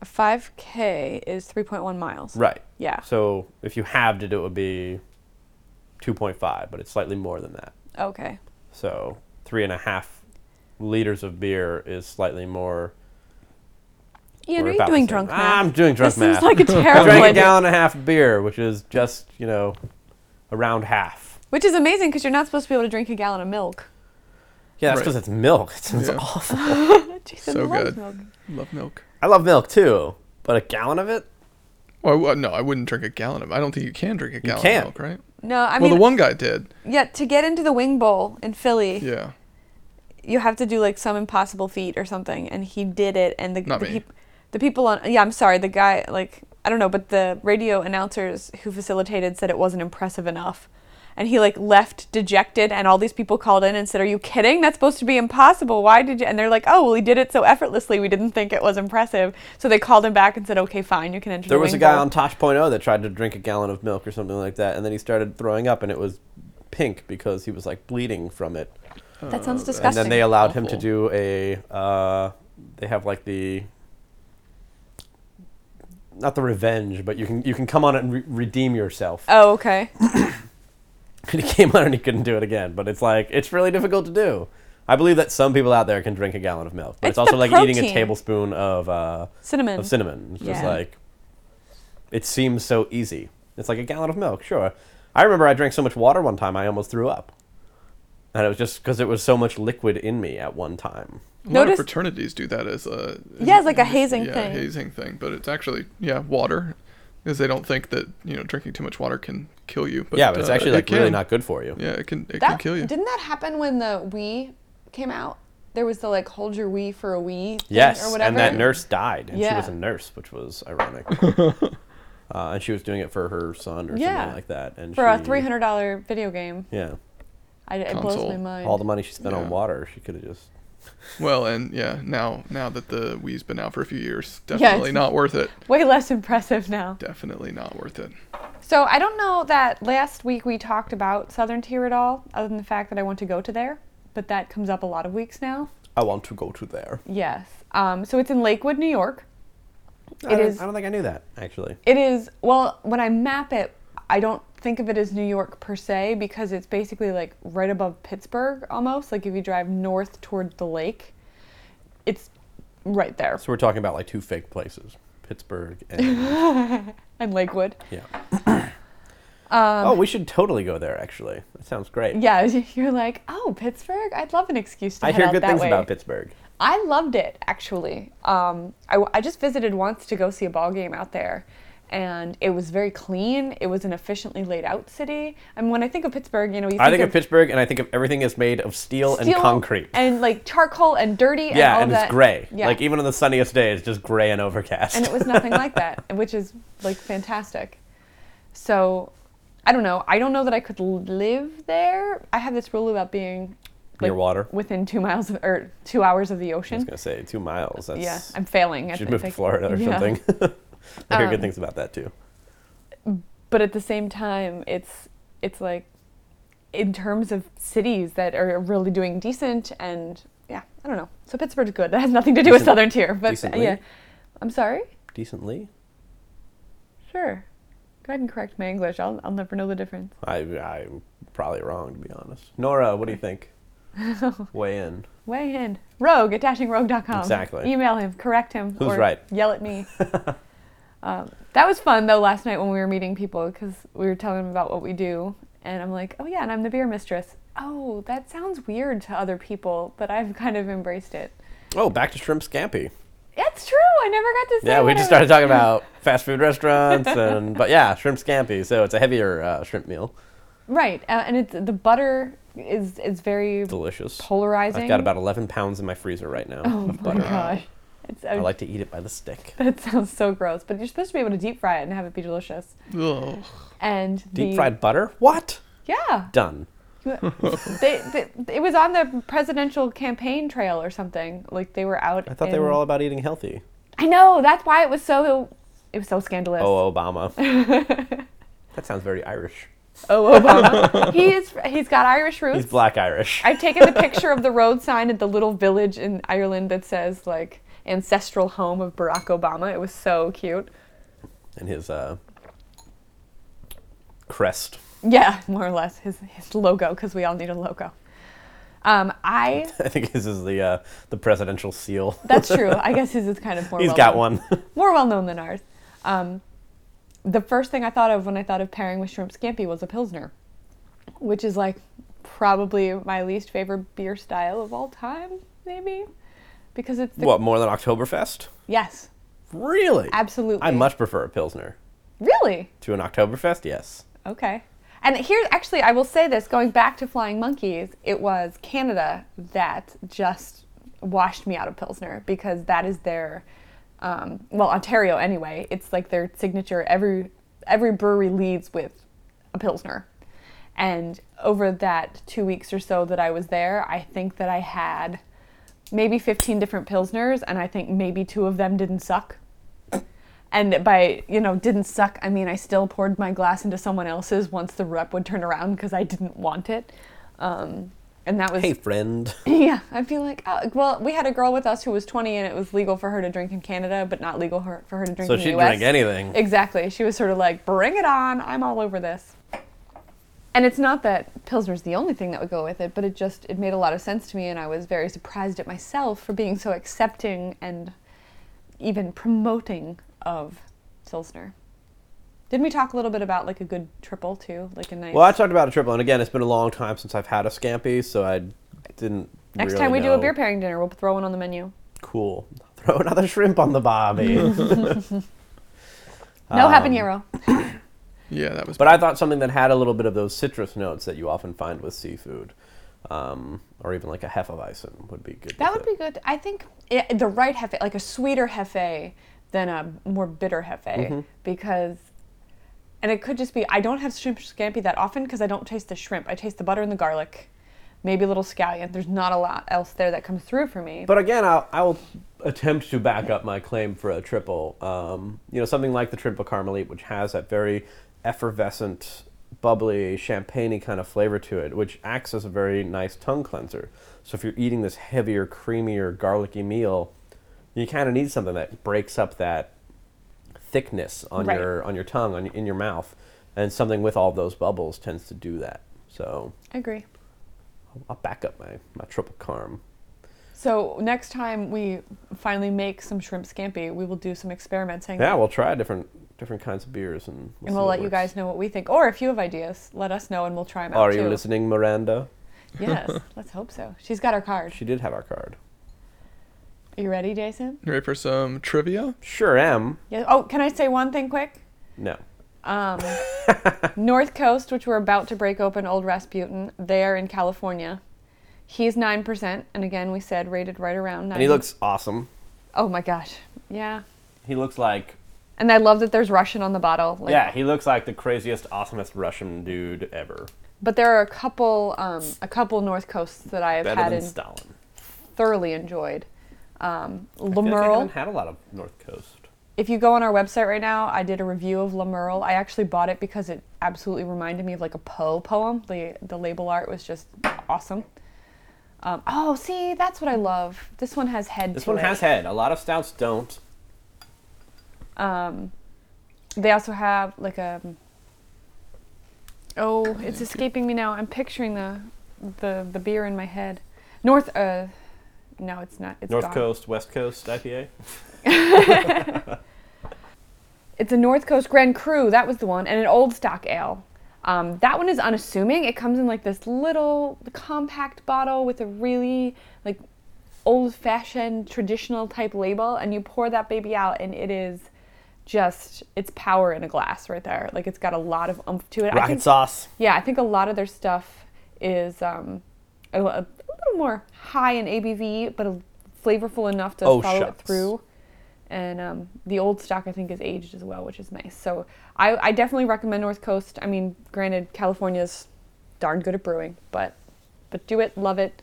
S1: a five k is three point one miles.
S2: Right.
S1: Yeah.
S2: So if you halved it, it would be 2.5, but it's slightly more than that.
S1: Okay.
S2: So three and a half liters of beer is slightly more.
S1: Yeah,
S2: or
S1: no, you're
S2: about the
S1: doing
S2: same. Ah,
S1: drunk math.
S2: I'm doing drunk
S1: this
S2: math.
S1: seems like a
S2: I
S1: terrible
S2: drank a
S1: idea.
S2: gallon and a half of beer, which is just you know, around half.
S1: Which is amazing because you're not supposed to be able to drink a gallon of milk.
S2: Yeah, that's
S3: Right.
S2: because it's milk. It sounds
S3: Yeah.
S2: awful.
S1: Jason
S3: So
S1: loves
S3: good.
S1: milk.
S3: Love milk.
S2: I love milk too, but a gallon of it?
S3: Well, I wou- no, I wouldn't drink a gallon of. I don't think you can drink a gallon
S2: can.
S3: of milk, right?
S1: No, I
S3: well,
S1: mean,
S3: the one guy did.
S1: yeah, to get into the wing bowl in Philly,
S3: Yeah.
S1: you have to do like some impossible feat or something, and he did it. And the
S3: Not
S1: the,
S3: me.
S1: peop- the people on yeah, I'm sorry, the guy like I don't know, but the radio announcers who facilitated said it wasn't impressive enough. And he like left dejected, and all these people called in and said, "Are you kidding? That's supposed to be impossible. Why did you?" And they're like, "Oh, well, he did it so effortlessly. We didn't think it was impressive." So they called him back and said, "Okay, fine, you can enter."
S2: There
S1: the
S2: was a
S1: wing
S2: guy
S1: bowl."
S2: on Tosh.0 that tried to drink a gallon of milk or something like that, and then he started throwing up, and it was pink because he was like bleeding from it.
S1: That sounds
S2: And
S1: disgusting.
S2: then they allowed him to
S3: Awful.
S2: do a. Uh, they have like the. Not the revenge, but you can you can come on it and re- redeem yourself.
S1: Oh, okay.
S2: and he came on and he couldn't do it again. But it's like it's really difficult to do. I believe that some people out there can drink a gallon of milk, but it's,
S1: It's
S2: also
S1: the
S2: like eating a uh,
S1: protein.
S3: uh,
S1: Um, think
S2: Uh,
S1: of it as New York per se because it's basically like right above Pittsburgh almost. Like if you drive north toward the lake, it's right there.
S2: So we're talking about like two fake places, Pittsburgh and
S1: And Lakewood.
S2: yeah.
S1: Um,
S2: oh, we should totally go there. Actually, that sounds great.
S1: Yeah, you're like, oh, Pittsburgh? I'd love an excuse to
S2: I
S1: head
S2: hear
S1: out
S2: good
S1: that
S2: things
S1: way.
S2: about Pittsburgh.
S1: I loved it actually. Um, I, w- I just visited once to go see a ball game out there, and it was very clean. It was an efficiently laid out city. And when I think of Pittsburgh, you know, you think,
S2: I think of Pittsburgh, and I think of everything is made of steel,
S1: steel
S2: and concrete.
S1: and like charcoal and dirty. and
S2: yeah,
S1: all
S2: and
S1: that.
S2: it's gray.
S1: Yeah,
S2: Like even on the sunniest day, it's just gray and overcast.
S1: and it was nothing like that, which is like fantastic. So, I don't know. I don't know that I could l- live there. I have this rule about being like,
S2: Near water.
S1: within two miles of, or two hours of the
S2: I was
S1: ocean.
S2: gonna say two miles. That's,
S1: Yeah, I'm failing.
S2: you
S1: at
S2: should
S1: the-
S2: move to
S1: like-
S2: Florida or
S1: Yeah.
S2: something. I hear
S1: Um,
S2: good things about that too.
S1: but at the same time it's it's like in terms of cities that are really doing decent and yeah i don't know so pittsburgh's good that has nothing to do with
S2: Decent-
S1: southern tier but
S2: decently?
S1: yeah i'm sorry
S2: Decently,
S1: sure go ahead and correct my english i'll, I'll never know the difference
S2: I, I'm probably wrong to be honest. Nora, what do you think? Weigh in.
S1: weigh in rogue at dashingrogue.com
S2: Exactly.
S1: email him correct him
S2: Who's
S1: or
S2: right?
S1: yell at me um, that was fun though last night when we were meeting people because we were telling them about what we do and i'm like oh yeah and i'm the beer mistress oh that sounds weird to other people but i've kind of embraced it
S2: Oh, back to shrimp scampi.
S1: That's true. I never got to say.
S2: Yeah, we
S1: what
S2: just
S1: I
S2: started
S1: was-
S2: talking about fast food restaurants and but yeah, shrimp scampi. So it's a heavier uh, shrimp meal.
S1: Right, uh, and it's the butter is is very
S2: Delicious.
S1: polarizing.
S2: I've got about 11 pounds in my freezer right now
S1: Oh
S2: of
S1: my
S2: butter.
S1: gosh, it's,
S2: I
S1: uh,
S2: like to eat it by the stick.
S1: that sounds so gross. But you're supposed to be able to deep fry it and have it be delicious.
S3: Ugh.
S1: And
S2: Deep
S1: the,
S2: fried butter? What?
S1: Yeah,
S2: Done.
S1: they, they, it was on the presidential campaign trail or something. Like they were out.
S2: I thought they were
S1: in-
S2: all about eating healthy.
S1: I know. That's why it was so. It was so scandalous.
S2: Oh, Obama. that sounds very Irish.
S1: Oh, Obama. he is. He's got Irish roots.
S2: He's black Irish.
S1: I've taken the picture of the road sign at the little village in Ireland that says like ancestral home of Barack Obama. It was so cute.
S2: And his uh, crest.
S1: Yeah, more or less his his logo because we all need a logo. Um, I
S2: I think his is the uh, the presidential seal.
S1: that's true. I guess his is kind of more.
S2: He's
S1: well
S2: got
S1: known.
S2: one.
S1: more well known than ours. Um, the first thing I thought of when I thought of pairing with shrimp scampi was a pilsner, which is like probably my least favorite beer style of all time, maybe, because it's the,
S2: what, more than Oktoberfest?
S1: yes,
S2: Really?
S1: absolutely.
S2: I much prefer a Pilsner
S1: really
S2: to an Oktoberfest, yes.
S1: Okay. And here, actually, I will say this going back to Flying Monkeys, it was Canada that just washed me out of Pilsner because that is their, um, well, Ontario anyway, it's like their signature. Every, every brewery leads with a Pilsner. And over that two weeks or so that I was there, I think that I had maybe 15 different Pilsners, and I think maybe two of them didn't suck. And by, you know, didn't suck, I mean I still poured my glass into someone else's once the rep would turn around because I didn't want it. Um, and that was,
S2: Hey, friend.
S1: yeah, I feel like, oh, well, we had a girl with us who was 20 and it was legal for her to drink in Canada, but not legal her, for her to drink
S2: So
S1: in the
S2: she'd
S1: US.
S2: drink anything.
S1: Exactly. She was sort of like, bring it on. I'm all over this. And it's not that Pilsner's the only thing that would go with it, but it just, it made a lot of sense to me. And I was very surprised at myself for being so accepting and even promoting of Pilsner. Didn't we talk a little bit about like a good triple too? Like a nice.
S2: Well, I talked about a triple, and again, it's been a long time since I've had a scampi, so I didn't.
S1: Next
S2: really
S1: time we do a
S2: know.
S1: beer pairing dinner, we'll throw one on the menu.
S2: Cool. Throw another shrimp on the bobby.
S1: No
S2: Um,
S1: habanero.
S3: Yeah, that was.
S2: But I thought something that had a little bit of those citrus notes that you often find with seafood, um, or even like a hefeweizen would be good.
S1: That
S2: with
S1: would
S2: it.
S1: be good. I think it, the right hefe, like a sweeter hefe than a more bitter hefe,
S2: Mm-hmm.
S1: because, and it could just be I don't have shrimp scampi that often because I don't taste the shrimp. I taste the butter and the garlic, maybe a little scallion. There's not a lot else there that comes through for me.
S2: But again, I'll, I'll attempt to back up my claim for a triple. Um, you know, something like the triple carmelite, which has that very effervescent, bubbly, champagne kind of flavor to it, which acts as a very nice tongue cleanser. So if you're eating this heavier, creamier, garlicky meal, you kind of need something that breaks up that thickness on
S1: Right.
S2: your on your tongue on, in your mouth and something with all those bubbles tends to do that. So
S4: I agree.
S2: I'll- I'll back up my my triple carm.
S1: So next time we finally make some shrimp scampi, we will do some experimenting.
S2: Yeah, we'll try different different kinds of beers and
S1: And
S2: see
S1: we'll
S2: what
S1: let you
S2: works.
S1: guys know what we think. Or if you have ideas, let us know and we'll try them out
S2: Are
S1: too.
S2: you listening, Miranda?
S1: Yes, let's hope so. She's got her card.
S2: She did have our card.
S1: Are you ready, Jason?
S3: You ready for some trivia?
S2: Sure am.
S1: Yeah. Oh, can I say one thing quick?
S2: No.
S1: Um, North Coast, which we're about to break open Old Rasputin, they are in California. He's 9%, and again, we said rated right around 9
S2: And he looks awesome.
S1: Oh my gosh. Yeah.
S2: He looks like
S1: And I love that there's Russian on the bottle. Like,
S2: yeah, he looks like the craziest, awesomest Russian dude ever.
S1: But there are a couple, um, a couple North Coasts that I have
S2: Better
S1: had
S2: than
S1: and
S2: Stalin.
S1: thoroughly enjoyed. Um,
S2: I feel like I
S1: Lemurl.
S2: haven't had a lot of North Coast.
S1: if you go on our website right now, I did a review of Lemurl. I actually bought it because it absolutely reminded me of like a Poe poem. The the label art was just awesome. Um, oh, see, that's what I love. This one has head.
S2: This
S1: to
S2: one
S1: it.
S2: has head. A lot of stouts don't.
S1: Um, They also have like a. Oh, it's escaping me now. I'm picturing the, the the beer in my head. North. Uh, no, it's not. It's
S2: North
S1: gone.
S2: Coast, West Coast IPA.
S1: It's a North Coast Grand Cru. That was the one, and an Old Stock Ale. Um, that one is unassuming. It comes in like this little compact bottle with a really like old-fashioned traditional type label, and you pour that baby out, and it is just its power in a glass right there. Like it's got a lot of oomph to it. I think,
S2: sauce.
S1: yeah, I think a lot of their stuff is um, a, a little more high in ABV, but a, flavorful enough to
S2: Oh,
S1: follow
S2: shucks.
S1: it through. And um, the old stock, I think, is aged as well, which is nice. So I, I definitely recommend North Coast. I mean, granted, California's darn good at brewing, but but do it, love it,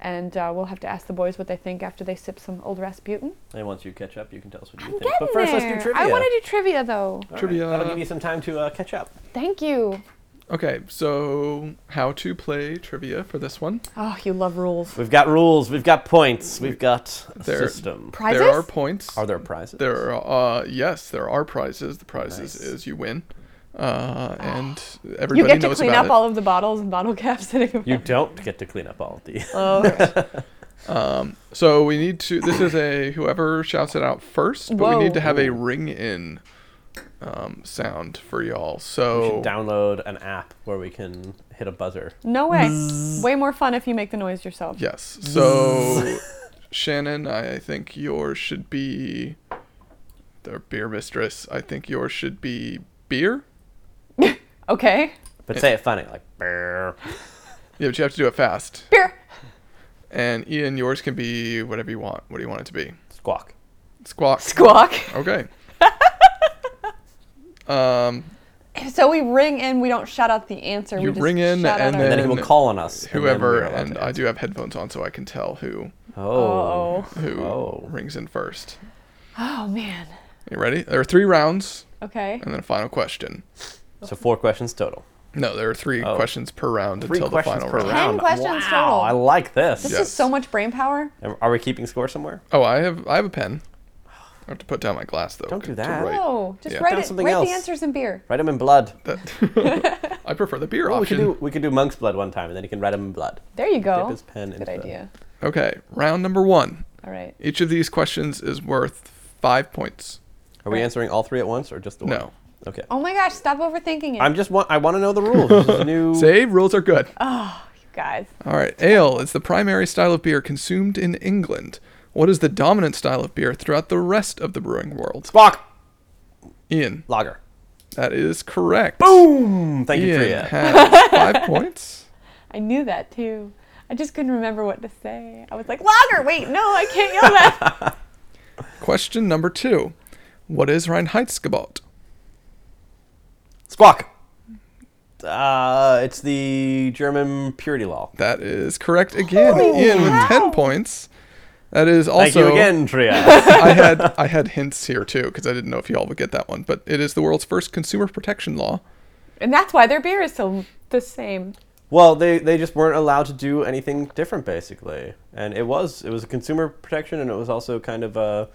S1: and uh, we'll have to ask the boys what they think after they sip some old Rasputin.
S2: And once you catch up, you can tell us what you
S1: I'm
S2: think.
S1: getting
S2: But first,
S1: there.
S2: let's do trivia.
S1: I want to do trivia though.
S2: All right,
S3: Trivia.
S2: That'll give you some time to uh, catch up.
S1: Thank you.
S3: Okay, so how to play trivia for this one?
S1: Oh, you love rules.
S2: We've got rules. We've got points. We've got a
S3: There-
S2: system.
S1: Prizes?
S3: There are points.
S2: Are there prizes?
S3: There are uh, yes, there are prizes. The prizes
S2: Nice.
S3: is you win, uh, and
S1: you
S3: everybody
S1: get to
S3: knows
S1: clean
S3: about
S1: up
S3: it.
S1: all of the bottles and bottle caps sitting.
S2: You
S1: around.
S2: don't get to clean up all of these.
S1: Oh, okay.
S3: Um, so we need to. This is a whoever shouts it out first, but we need to
S1: Whoa.
S3: have a ring in um, sound for y'all.
S2: We should
S3: So
S2: download an app where we can hit a buzzer.
S1: no way. Way more fun if you make the noise yourself.
S3: yes, so Shannon, I think yours should be the beer mistress. I think yours should be beer.
S1: Okay.
S3: Eh.
S2: But say it funny, like "Brr."
S3: Yeah, but you have to do it fast.
S1: Beer.
S3: And Ian, yours can be whatever you want. What do you want it to be?
S2: squawk.
S3: Squawk.
S1: Squawk.
S3: Okay. um,
S1: So we ring in. We don't shout out the answer.
S3: You
S1: we just
S3: ring in
S1: shout out
S3: and
S1: our-
S2: And then he will
S3: And
S2: call on us. and then
S3: whoever,
S2: we're allowed
S3: and
S2: to
S3: I
S2: answer.
S3: do have headphones on, so I can tell who
S2: Oh.
S3: who
S2: Oh.
S3: rings in first.
S1: Oh man.
S3: You ready? There are three rounds,
S1: Okay.
S3: and then a final question. Oh.
S2: So four questions total.
S3: No, there are three
S2: Oh.
S3: questions per round
S2: Three
S3: until the
S2: questions
S3: final
S2: per
S3: round.
S2: round.
S1: questions
S2: wow,
S1: total.
S2: I like this.
S1: This
S3: Yeah.
S1: is so much brain power.
S2: Am- Are we keeping score somewhere?
S3: Oh, I have I have a pen. I have to put down my glass though.
S2: Don't do
S3: to
S2: that.
S3: write.
S1: No, Oh, just
S3: Yeah.
S1: write
S2: Found
S1: it.
S2: something
S1: Write
S2: else.
S1: the answers in beer.
S2: Write them in blood.
S3: That- I prefer the beer
S2: We could
S3: option.
S2: do we could do monk's blood one time, and then he can write them in blood.
S1: There you go.
S2: Dip his pen
S1: Good
S2: into the-
S1: idea.
S3: Okay, round number one.
S1: All right.
S3: Each of these questions is worth five points.
S2: Are we answering all three at once or just the one?
S3: No.
S2: Okay.
S1: Oh my gosh! Stop overthinking it,
S2: I'm just want I want to know the rules. This is a new.
S3: Say rules are good.
S2: Uh.
S1: you guys.
S3: All right, ale is the primary style of beer consumed in England. What is the dominant style of beer throughout the rest of the brewing world?
S2: Squawk.
S3: Ian,
S2: Lager.
S3: that is correct. Boom!
S2: Mm, thank you,
S3: Ian
S2: Priya.
S3: has five points.
S1: I knew that too. I just couldn't remember what to say. I was like, lager. Wait, no, I can't yell that.
S3: Question number two: What is Reinheitsgebot?
S2: Squawk. Uh, it's the German purity law.
S3: That is correct again. Ian with ten points. That is also.
S2: Thank you again, Priya.
S3: I had I had hints here too because I didn't know if y'all would get that one, but it is the world's first consumer protection law.
S1: and that's why their beer is so the same.
S2: well, they they just weren't allowed to do anything different, basically. And it was it was a consumer protection, and it was also kind of uh,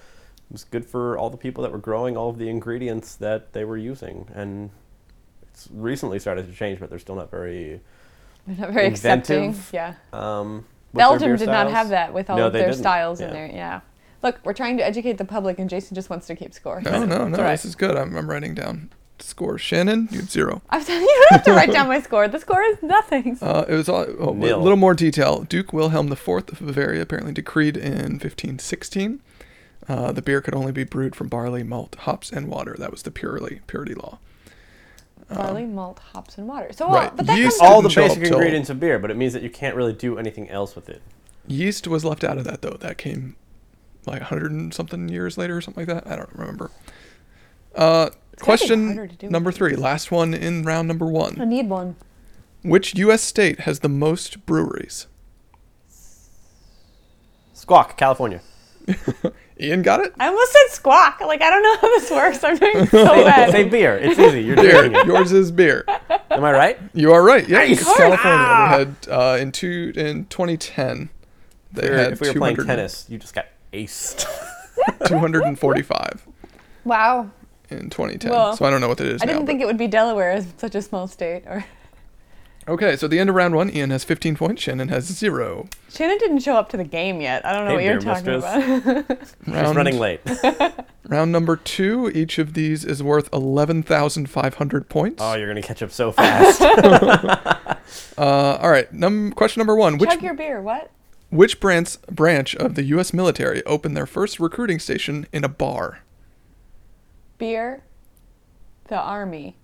S2: it was good for all the people that were growing all of the ingredients that they were using, and it's recently started to change, but they're still not very.
S1: They're not very accepting.
S2: Inventive.
S1: Yeah.
S2: Um, with their
S1: Belgium
S2: beer
S1: did not have
S2: styles.
S1: that with all
S2: No,
S1: of
S2: they
S1: their
S2: didn't.
S1: styles in
S2: Yeah.
S1: there. Yeah. Look, we're trying to educate the public, and Jason just wants to keep score.
S3: No, no, no.
S2: Oh, all right.
S3: This is good. I'm, I'm writing down score. Shannon, you had zero.
S1: I'm telling you, you don't have to write down my score. The score is nothing.
S3: Uh, it was all, oh, wi- a
S2: Nil.
S3: little more detail. Duke Wilhelm IV of Bavaria apparently decreed in 1516 uh, the beer could only be brewed from barley, malt, hops, and water. That was the purely purity law.
S1: Barley, malt, hops, and water. So,
S3: uh, right.
S1: uh, but that
S3: Yeast-
S1: comes.
S2: All the
S3: Didn't show up
S2: basic
S3: till-
S2: ingredients of beer, but it means that you can't really do anything else with it.
S3: Yeast was left out of that though. That came like 100 and something years later or something like that. I don't remember. Uh,
S1: harder to
S3: question
S1: do
S3: number
S1: with
S3: three, last one in round number
S1: I
S3: one.
S1: need one.
S3: Which U.S. state has the most breweries?
S2: Squawk, California.
S3: Ian got it.
S1: I almost said squawk. Like I don't know how this works. I'm doing so bad.
S2: Say beer. It's easy. You're
S3: Beer.
S2: doing it.
S3: Yours is beer.
S2: Am I right?
S3: You are right. Yeah, it's
S2: course.
S3: California.
S2: Ah.
S3: We had uh, in two in 2010. They
S2: If we were-
S3: had
S2: if we were playing
S3: 200
S2: tennis, you just got aced.
S3: 245
S1: wow.
S3: in 2010.
S1: Well,
S3: so I don't know what it is
S1: I
S3: now.
S1: didn't
S3: but-
S1: think it would be Delaware as such a small state. Or
S3: Okay, so the end of round one, Ian has 15 points. Shannon has zero.
S1: Shannon didn't show up to the game yet. I don't know
S2: Hey,
S1: what you're
S2: beer
S1: talking
S2: mistress.
S1: about.
S2: She's running late.
S3: Round number two. Each of these is worth 11,500 points.
S2: Oh, you're gonna catch up so fast.
S3: Uh, all right. Num- question number one. Which
S1: Chug your beer. What?
S3: which branch branch of the U.S. military opened their first recruiting station in a bar?
S1: Beer. The army.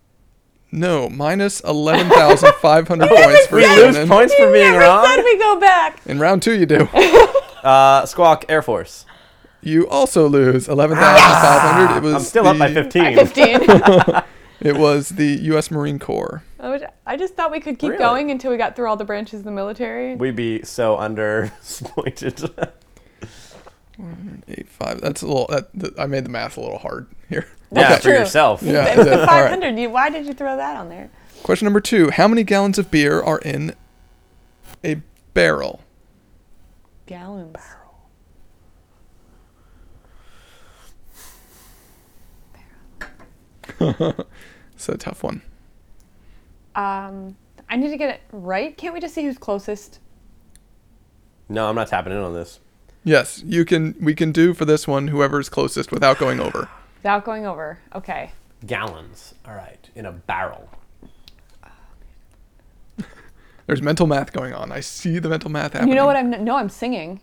S3: No, minus 11,500 points for
S2: we lose
S3: Shannon.
S2: points for being
S1: Never said
S2: wrong.
S1: we go back.
S3: In round two, you do.
S2: Uh, squawk, Air Force.
S3: You also lose 11,500. It was
S2: Ah, I'm still
S3: the,
S2: up by 15.
S1: Fifteen.
S3: It was the U.S. Marine Corps.
S1: I wish- I just thought we could keep
S2: Really?
S1: going until we got through all the branches of the military.
S2: We'd be so disappointed.
S3: Eight five. That's a little. That, that- I made the math a little hard here.
S2: yeah,
S1: That's
S2: for
S1: true.
S2: yourself.
S3: Yeah.
S1: it was
S3: that- all
S1: the
S3: right.
S1: 500. You, why did you throw that on there?
S3: Question number two: How many gallons of beer are in a barrel?
S1: Gallons.
S3: It's a tough one.
S1: Um, I need to get it right. Can't we just see who's closest?
S2: No, I'm not tapping in on this.
S3: Yes, you can. We can do for this one whoever's closest without going over.
S1: Without going over. Okay.
S2: Gallons. All right, in a barrel.
S3: There's mental math going on. I see the mental math happening.
S1: You know what? I'm no. I'm singing.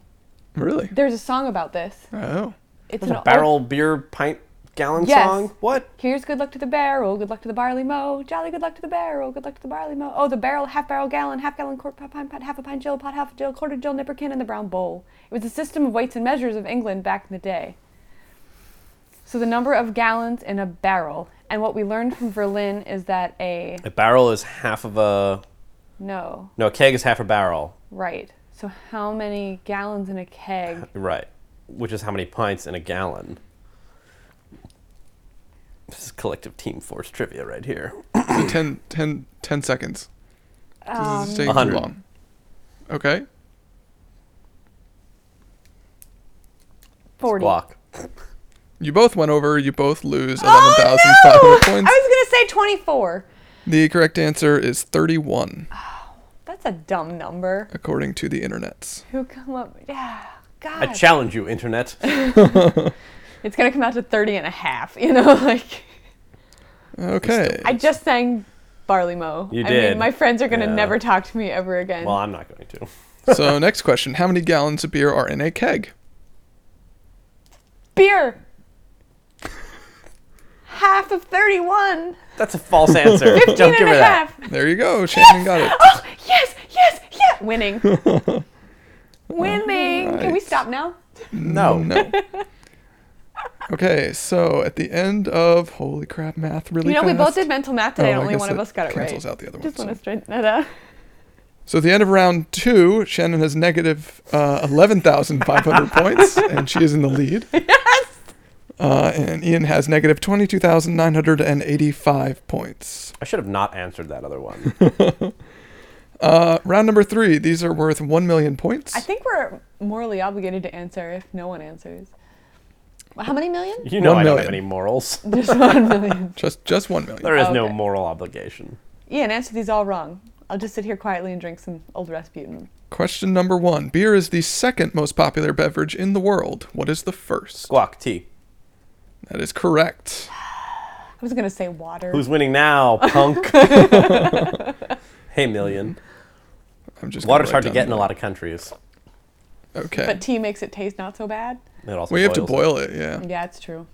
S3: Really?
S1: There's a song about this.
S3: Oh,
S1: It's
S2: There's
S1: an
S2: a
S1: old-
S2: barrel beer pint gallon
S1: Yes.
S2: song. What?
S1: Here's good luck to the barrel. Good luck to the barley mow. Jolly good luck to the barrel. Good luck to the barley mow. Oh, the barrel, half barrel, gallon, half gallon, quart, pot, pint, pot, half a pint, jill, pot, half a jill, quarter jill, nipperkin, and the brown bowl. It was a system of weights and measures of England back in the day. So the number of gallons in a barrel. And what we learned from Berlin is that a
S2: A barrel is half of a.
S1: no,
S2: No, a keg is half a barrel.
S1: right. So how many gallons in a keg?
S2: Right. Which is how many pints in a gallon. This is collective team force trivia right here.
S3: so 10, 10, 10 seconds.
S1: Um,
S3: 'Cause this is taking too
S2: 100.
S3: long. Okay.
S1: 40.
S2: Block.
S3: You both went over. You both lose eleven thousand five hundred
S1: Oh, I
S3: points.
S1: was going to say 24.
S3: The correct answer is 31,
S1: That's a dumb number.
S3: according to the internets.
S1: Who come up? Yeah. God.
S2: I challenge you, internet.
S1: it's going to come out to 30 and a half, you know, like
S3: Okay.
S1: I just sang Barley Mow.
S2: You
S1: I
S2: did.
S1: mean, my friends are going to
S2: Yeah.
S1: never talk to me ever again.
S2: well, I'm not going to.
S3: so, next question How many gallons of beer are in a keg?
S1: Beer. Half of 31.
S2: That's a false answer. Don't
S1: 15
S2: give
S1: and
S2: her
S1: a
S2: that.
S1: half.
S3: There you go. Shannon got it.
S1: Oh, yes, yes, yes. Winning. Winning. Can we
S3: Alright.
S1: stop now?
S2: No.
S3: No. Okay, so at the end of holy crap, math really
S1: You know, we both
S3: fast.
S1: did mental math today, and
S3: Oh, I
S1: only
S3: guess
S1: one of us got it right.
S3: Cancels out the other one.
S1: Just want
S3: so.
S1: to straighten that out.
S3: So at the end of round two, Shannon has negative uh, 11,500 points, and she is in the lead. Yes! Uh, and Ian has negative 22,985 points.
S2: I should have not answered that other one.
S3: Uh, round number three, these are worth 1 million points.
S1: I think we're morally obligated to answer if no one answers. How many million?
S2: You know
S3: One
S2: I don't
S3: million.
S2: have any morals.
S1: Just one million.
S3: Just just one million.
S2: There is no
S1: Okay.
S2: moral obligation.
S1: Ian, answer these all wrong. I'll just sit here quietly and drink some old Rasputin.
S3: Question number one: Beer is the second most popular beverage in the world. What is the first?
S2: Squawk T.
S3: That is correct.
S1: I was gonna say water.
S2: Who's winning now, punk? hey, million.
S3: I'm just gonna
S2: Water's
S3: write
S2: hard to
S3: down
S2: get in
S3: the-
S2: a lot of countries.
S3: Okay.
S1: but tea makes it taste not so bad.
S2: It also
S3: we have to
S2: boils.
S3: boil it. Yeah.
S1: Yeah, it's true.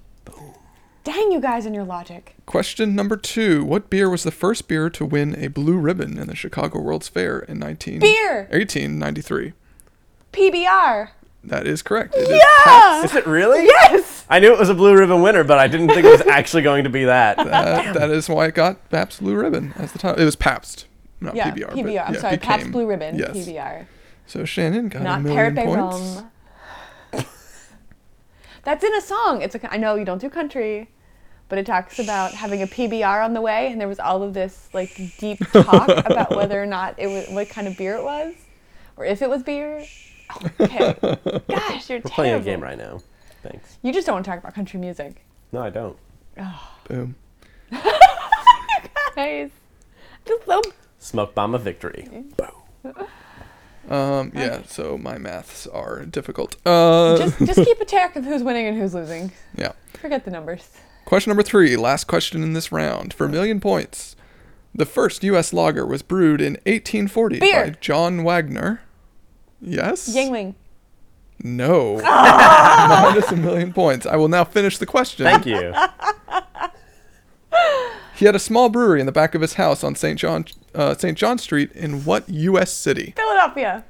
S1: Dang you guys and your logic.
S3: Question number two: What beer was the first beer to win a blue ribbon in the Chicago World's Fair in 19
S1: Beer!
S3: 1893?
S1: PBR.
S3: That is correct. It is Pabst.
S2: Is it really?
S1: Yes.
S2: I knew it was a blue ribbon winner, but I didn't think it was actually going to be that.
S3: That, that is why it got Pabst Blue Ribbon at the time. It was Pabst, not
S1: Yeah.
S3: PBR.
S1: PBR.
S3: but
S1: I'm
S3: yeah,
S1: sorry. Pabst
S3: became-
S1: Blue Ribbon.
S3: Yes.
S1: PBR.
S3: So Shannon got a
S1: Not
S3: million
S1: Parrot Bay
S3: points.
S1: Rum. That's in a song. It's a, I know you don't do country, but it talks about having a PBR on the way, and there was all of this like deep talk about whether or not it was what kind of beer it was, or if it was beer. Oh, okay. Gosh, you're
S2: We're
S1: terrible.
S2: playing a game right now. Thanks.
S1: You just don't want to talk about country music.
S2: No, I don't.
S3: Boom.
S1: Guys, just so
S2: Smoke bomb of victory. Boom.
S3: Um, yeah. So my maths are difficult. Uh,
S1: just just keep a track of who's winning and who's losing.
S3: yeah.
S1: Forget the numbers.
S3: Question number three, last question in this round for a million points. The first U.S. lager was brewed in 1840
S1: Beer.
S3: by John Wagner. Yes.
S1: Yingling.
S3: No. Minus a million points. I will now finish the question.
S2: Thank you.
S3: He had a small brewery in the back of his house on St. John uh, St. John Street in what U.S. city?
S1: Philadelphia.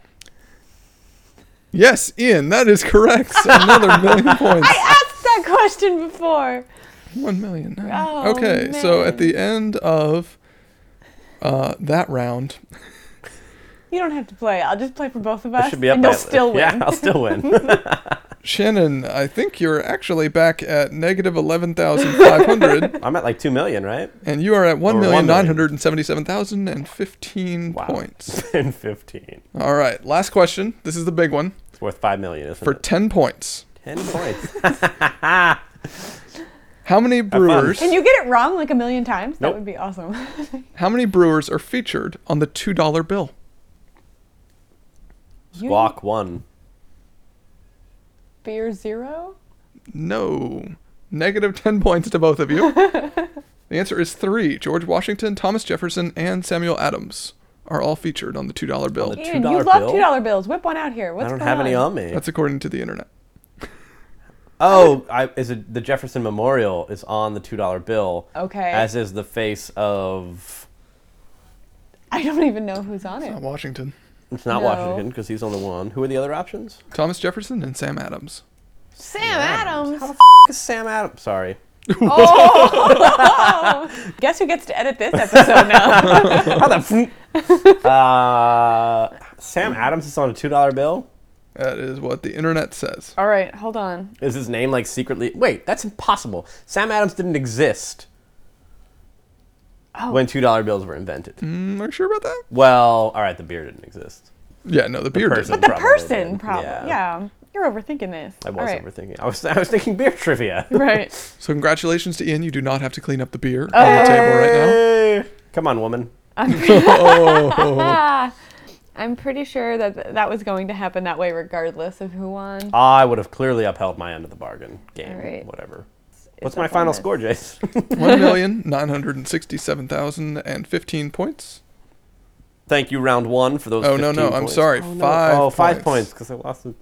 S3: Yes, Ian, that is correct. Another million points.
S1: Asked that question before.
S3: One million.
S1: Oh,
S3: okay, so at
S1: man.
S3: the end of uh, that round,
S1: You don't have to play. I'll just play for both of
S2: I
S1: us,
S2: should be up
S1: and you'll
S2: by-
S1: still win.
S2: Yeah, I'll still win.
S3: Shannon, I think you're actually back at negative eleven thousand five hundred,
S2: I'm at like two million, right?
S3: and you are at one
S2: Or
S3: million
S2: one million.
S3: nine hundred and seventy-seven thousand and fifteen
S2: Wow.
S3: points.
S2: And fifteen.
S3: All right, last question. This is the big one
S2: It's worth five million, isn't
S3: for
S2: it?
S3: ten points.
S2: Ten points.
S3: How many
S2: fun.
S3: brewers?
S1: Can you get it wrong like a million times? That
S2: Nope.
S1: would be awesome.
S3: How many brewers are featured on the two dollar bill?
S2: Squawk one.
S1: Beer zero?
S3: No. Negative 10 points to both of you. the answer is three. George Washington, Thomas Jefferson, and Samuel Adams are all featured on the $2 bill.
S2: On the-
S1: Ian, you
S2: $2
S1: love
S2: bill?
S1: two dollar bills. Whip one out here. What's
S2: I don't
S1: going
S2: have
S1: on?
S2: any on me.
S3: That's according to the internet.
S2: Oh, I, is it the Jefferson Memorial is on the two dollar bill?
S1: Okay.
S2: As is the face of
S1: I don't even know who's on
S3: Not
S1: it.
S3: Washington.
S2: it's not
S1: No.
S2: Washington because he's on the one. Who are the other options?
S3: Thomas Jefferson and Sam Adams.
S1: Sam Adams.
S2: F- is Sam Adams. Sorry,
S1: Guess who gets to edit this episode now?
S2: how the f- uh, Sam Adams is on a two dollar bill.
S3: That is what the internet says.
S1: All right, hold on.
S2: Is his name like secretly? Wait, that's impossible. Sam Adams didn't exist
S3: Oh.
S2: when two dollar bills were invented.
S3: Mm, are you sure about that?
S2: Well, all right, the beer didn't exist.
S3: Yeah, no, the beer
S2: person.
S3: didn't.
S1: The
S2: Probably
S1: person
S2: did.
S1: problem.
S2: Yeah.
S1: Yeah. You're overthinking this.
S2: I
S1: All
S2: was
S1: right.
S2: overthinking. I was I was thinking beer trivia.
S1: Right.
S3: So, congratulations to Ian. You do not have to clean up the beer on the table right now.
S2: Hey! Come on, woman.
S1: Ah,
S2: Oh.
S1: I'm pretty sure that th- that was going to happen that way regardless of who won.
S2: I would have clearly upheld my end of the bargain. Game,
S1: All right.
S2: whatever.
S1: It's
S2: What's
S1: up
S2: my
S1: on
S2: final
S1: this.
S2: score, Jace?
S3: 1,967,015 points.
S2: Thank you, round one, for those.
S3: Oh, no,
S2: 15
S3: no, I'm
S2: points.
S3: sorry,
S2: Oh,
S3: five
S2: Oh, five points
S3: points.
S2: because I lost. The...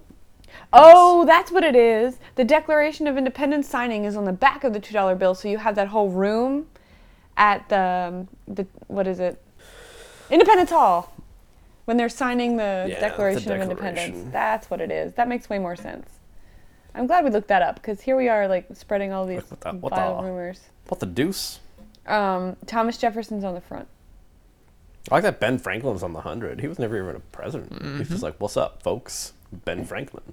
S1: Oh, that's what it is. The Declaration of Independence signing is on the back of the two dollar bill, so you have that whole room at the, um, the what is it, Independence Hall, when they're signing the
S2: Yeah, the
S1: Declaration of
S2: Declaration.
S1: Independence. That's what it is. That makes way more sense. I'm glad we looked that up because here we are like spreading all these
S2: what the- what
S1: vile
S2: the-
S1: rumors.
S2: What the deuce?
S1: Um, Thomas Jefferson's on the front.
S2: I like that Ben Franklin's on the hundred. He was never even a president. He's
S1: Mm-hmm.
S2: just like, "What's up, folks?" Ben Franklin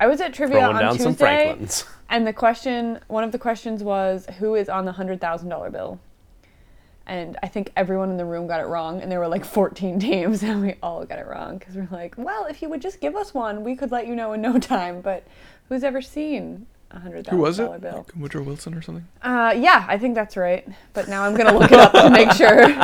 S1: I was at trivia
S2: throwing
S1: on
S2: down
S1: Tuesday,
S2: some Franklins.
S1: and the question, one of the questions was, who is on the hundred thousand dollar bill? And I think everyone in the room got it wrong, and there were like fourteen teams, and we all got it wrong because we're like, well, if you would just give us one, we could let you know in no time. But who's ever seen a hundred
S3: Who was it?
S1: dollar bill.
S3: Woodrow Wilson or something?
S1: Uh, yeah, I think that's right. But now I'm gonna look it up to make sure.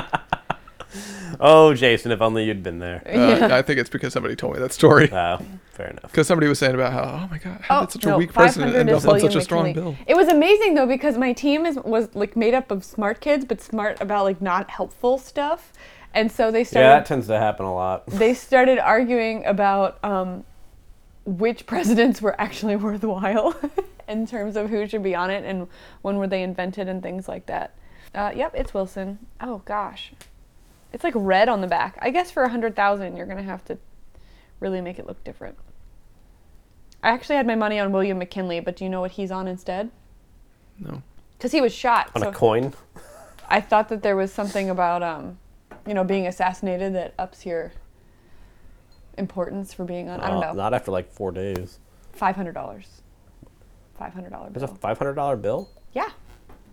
S2: Oh, Jason, if only you'd been there.
S3: Uh, I think it's because somebody told me that story.
S2: Wow, fair enough.
S3: Because somebody was saying about how, oh my God, how
S1: Oh,
S3: did such a
S1: no,
S3: weak president
S1: 500
S3: end
S1: is
S3: up on such
S1: William
S3: a strong
S1: McKinley.
S3: bill?
S1: It was amazing though because my team is was like made up of smart kids, but smart about like not helpful stuff, and so they
S2: Yeah, that
S1: started
S2: tends to happen a lot.
S1: they started arguing about um, which presidents were actually worthwhile in terms of who should be on it and when were they invented and things like that. Uh, yep, it's Wilson. Oh gosh, it's like red on the back. I guess for a hundred thousand, you're gonna have to really make it look different. I actually had my money on William McKinley, but do you know what he's on instead?
S3: No.
S1: Because he was shot.
S2: On
S1: so
S2: a coin?
S1: I thought that there was something about, um, you know, being assassinated that ups your importance for being on. I don't know.
S2: Uh, Not after like four days.
S1: Five hundred dollars. Five hundred dollar
S2: There's a
S1: bill.
S2: $500 bill?
S1: Yeah,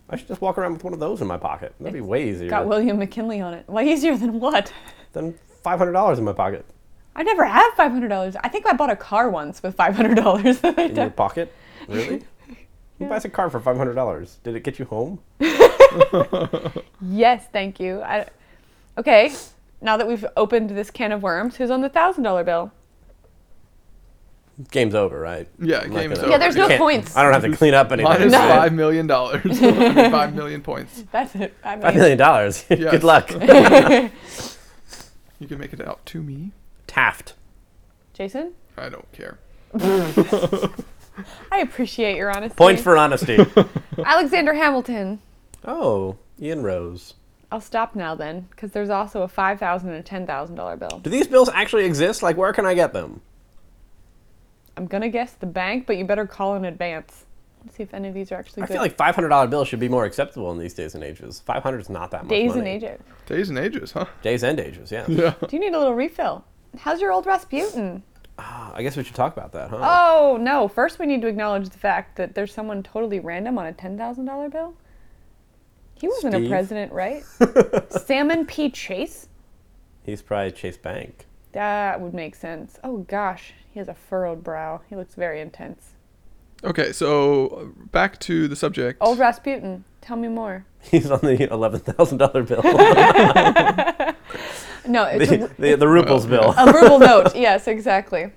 S2: I should just walk around with one of those in my pocket. That'd be way easier
S1: got William McKinley on it. Way easier than what?
S2: than $500 in my pocket.
S1: I never had five hundred dollars. I think I bought a car once with five hundred dollars.
S2: In your pocket? Really? Who buys a car for $500? Did it get you home?
S1: yes, thank you. I, okay, now that we've opened this can of worms, who's on the thousand dollar bill?
S2: Game's over, right?
S3: Yeah,
S2: I'm not
S3: game's
S2: gonna-
S3: over.
S1: Yeah, there's no
S2: Can't-
S1: points.
S2: I don't have to clean up anything.
S3: Minus
S2: right?
S3: five million dollars. five million points.
S1: That's it. I
S2: Five
S1: mean,
S2: million dollars.
S3: Yes.
S2: Good luck.
S3: You can make it out to me.
S2: Taft.
S1: Jason,
S3: I don't care.
S1: I appreciate your honesty.
S2: Points for honesty.
S1: Alexander Hamilton.
S2: oh, Ian Rose.
S1: I'll stop now then, because there's also a five thousand and a ten thousand dollar bill.
S2: Do these bills actually exist? Like, where can I get them?
S1: I'm gonna guess the bank, but you better call in advance. Let's see if any of these are actually
S2: I
S1: good.
S2: feel like five hundred dollar bills should be more acceptable in these days and ages. Five hundred is not that much.
S1: days
S2: money.
S1: and ages.
S3: Days and ages, huh?
S2: Days and ages. Yeah.
S3: Yeah.
S1: Do you need a little refill? How's your old Rasputin?
S2: Ah, I guess we should talk about that, huh?
S1: Oh no! First, we need to acknowledge the fact that there's someone totally random on a ten thousand dollar bill. He wasn't
S2: Steve?
S1: a president, right? Salmon P. Chase.
S2: He's probably Chase Bank.
S1: That would make sense. Oh gosh, he has a furrowed brow. He looks very intense.
S3: Okay, so uh, back to the subject.
S1: Old Rasputin, tell me more.
S2: He's on the eleven thousand dollar bill.
S1: No, it's a, Oh,
S2: the, the, the ruples bill.
S1: A verbal note, yes, exactly.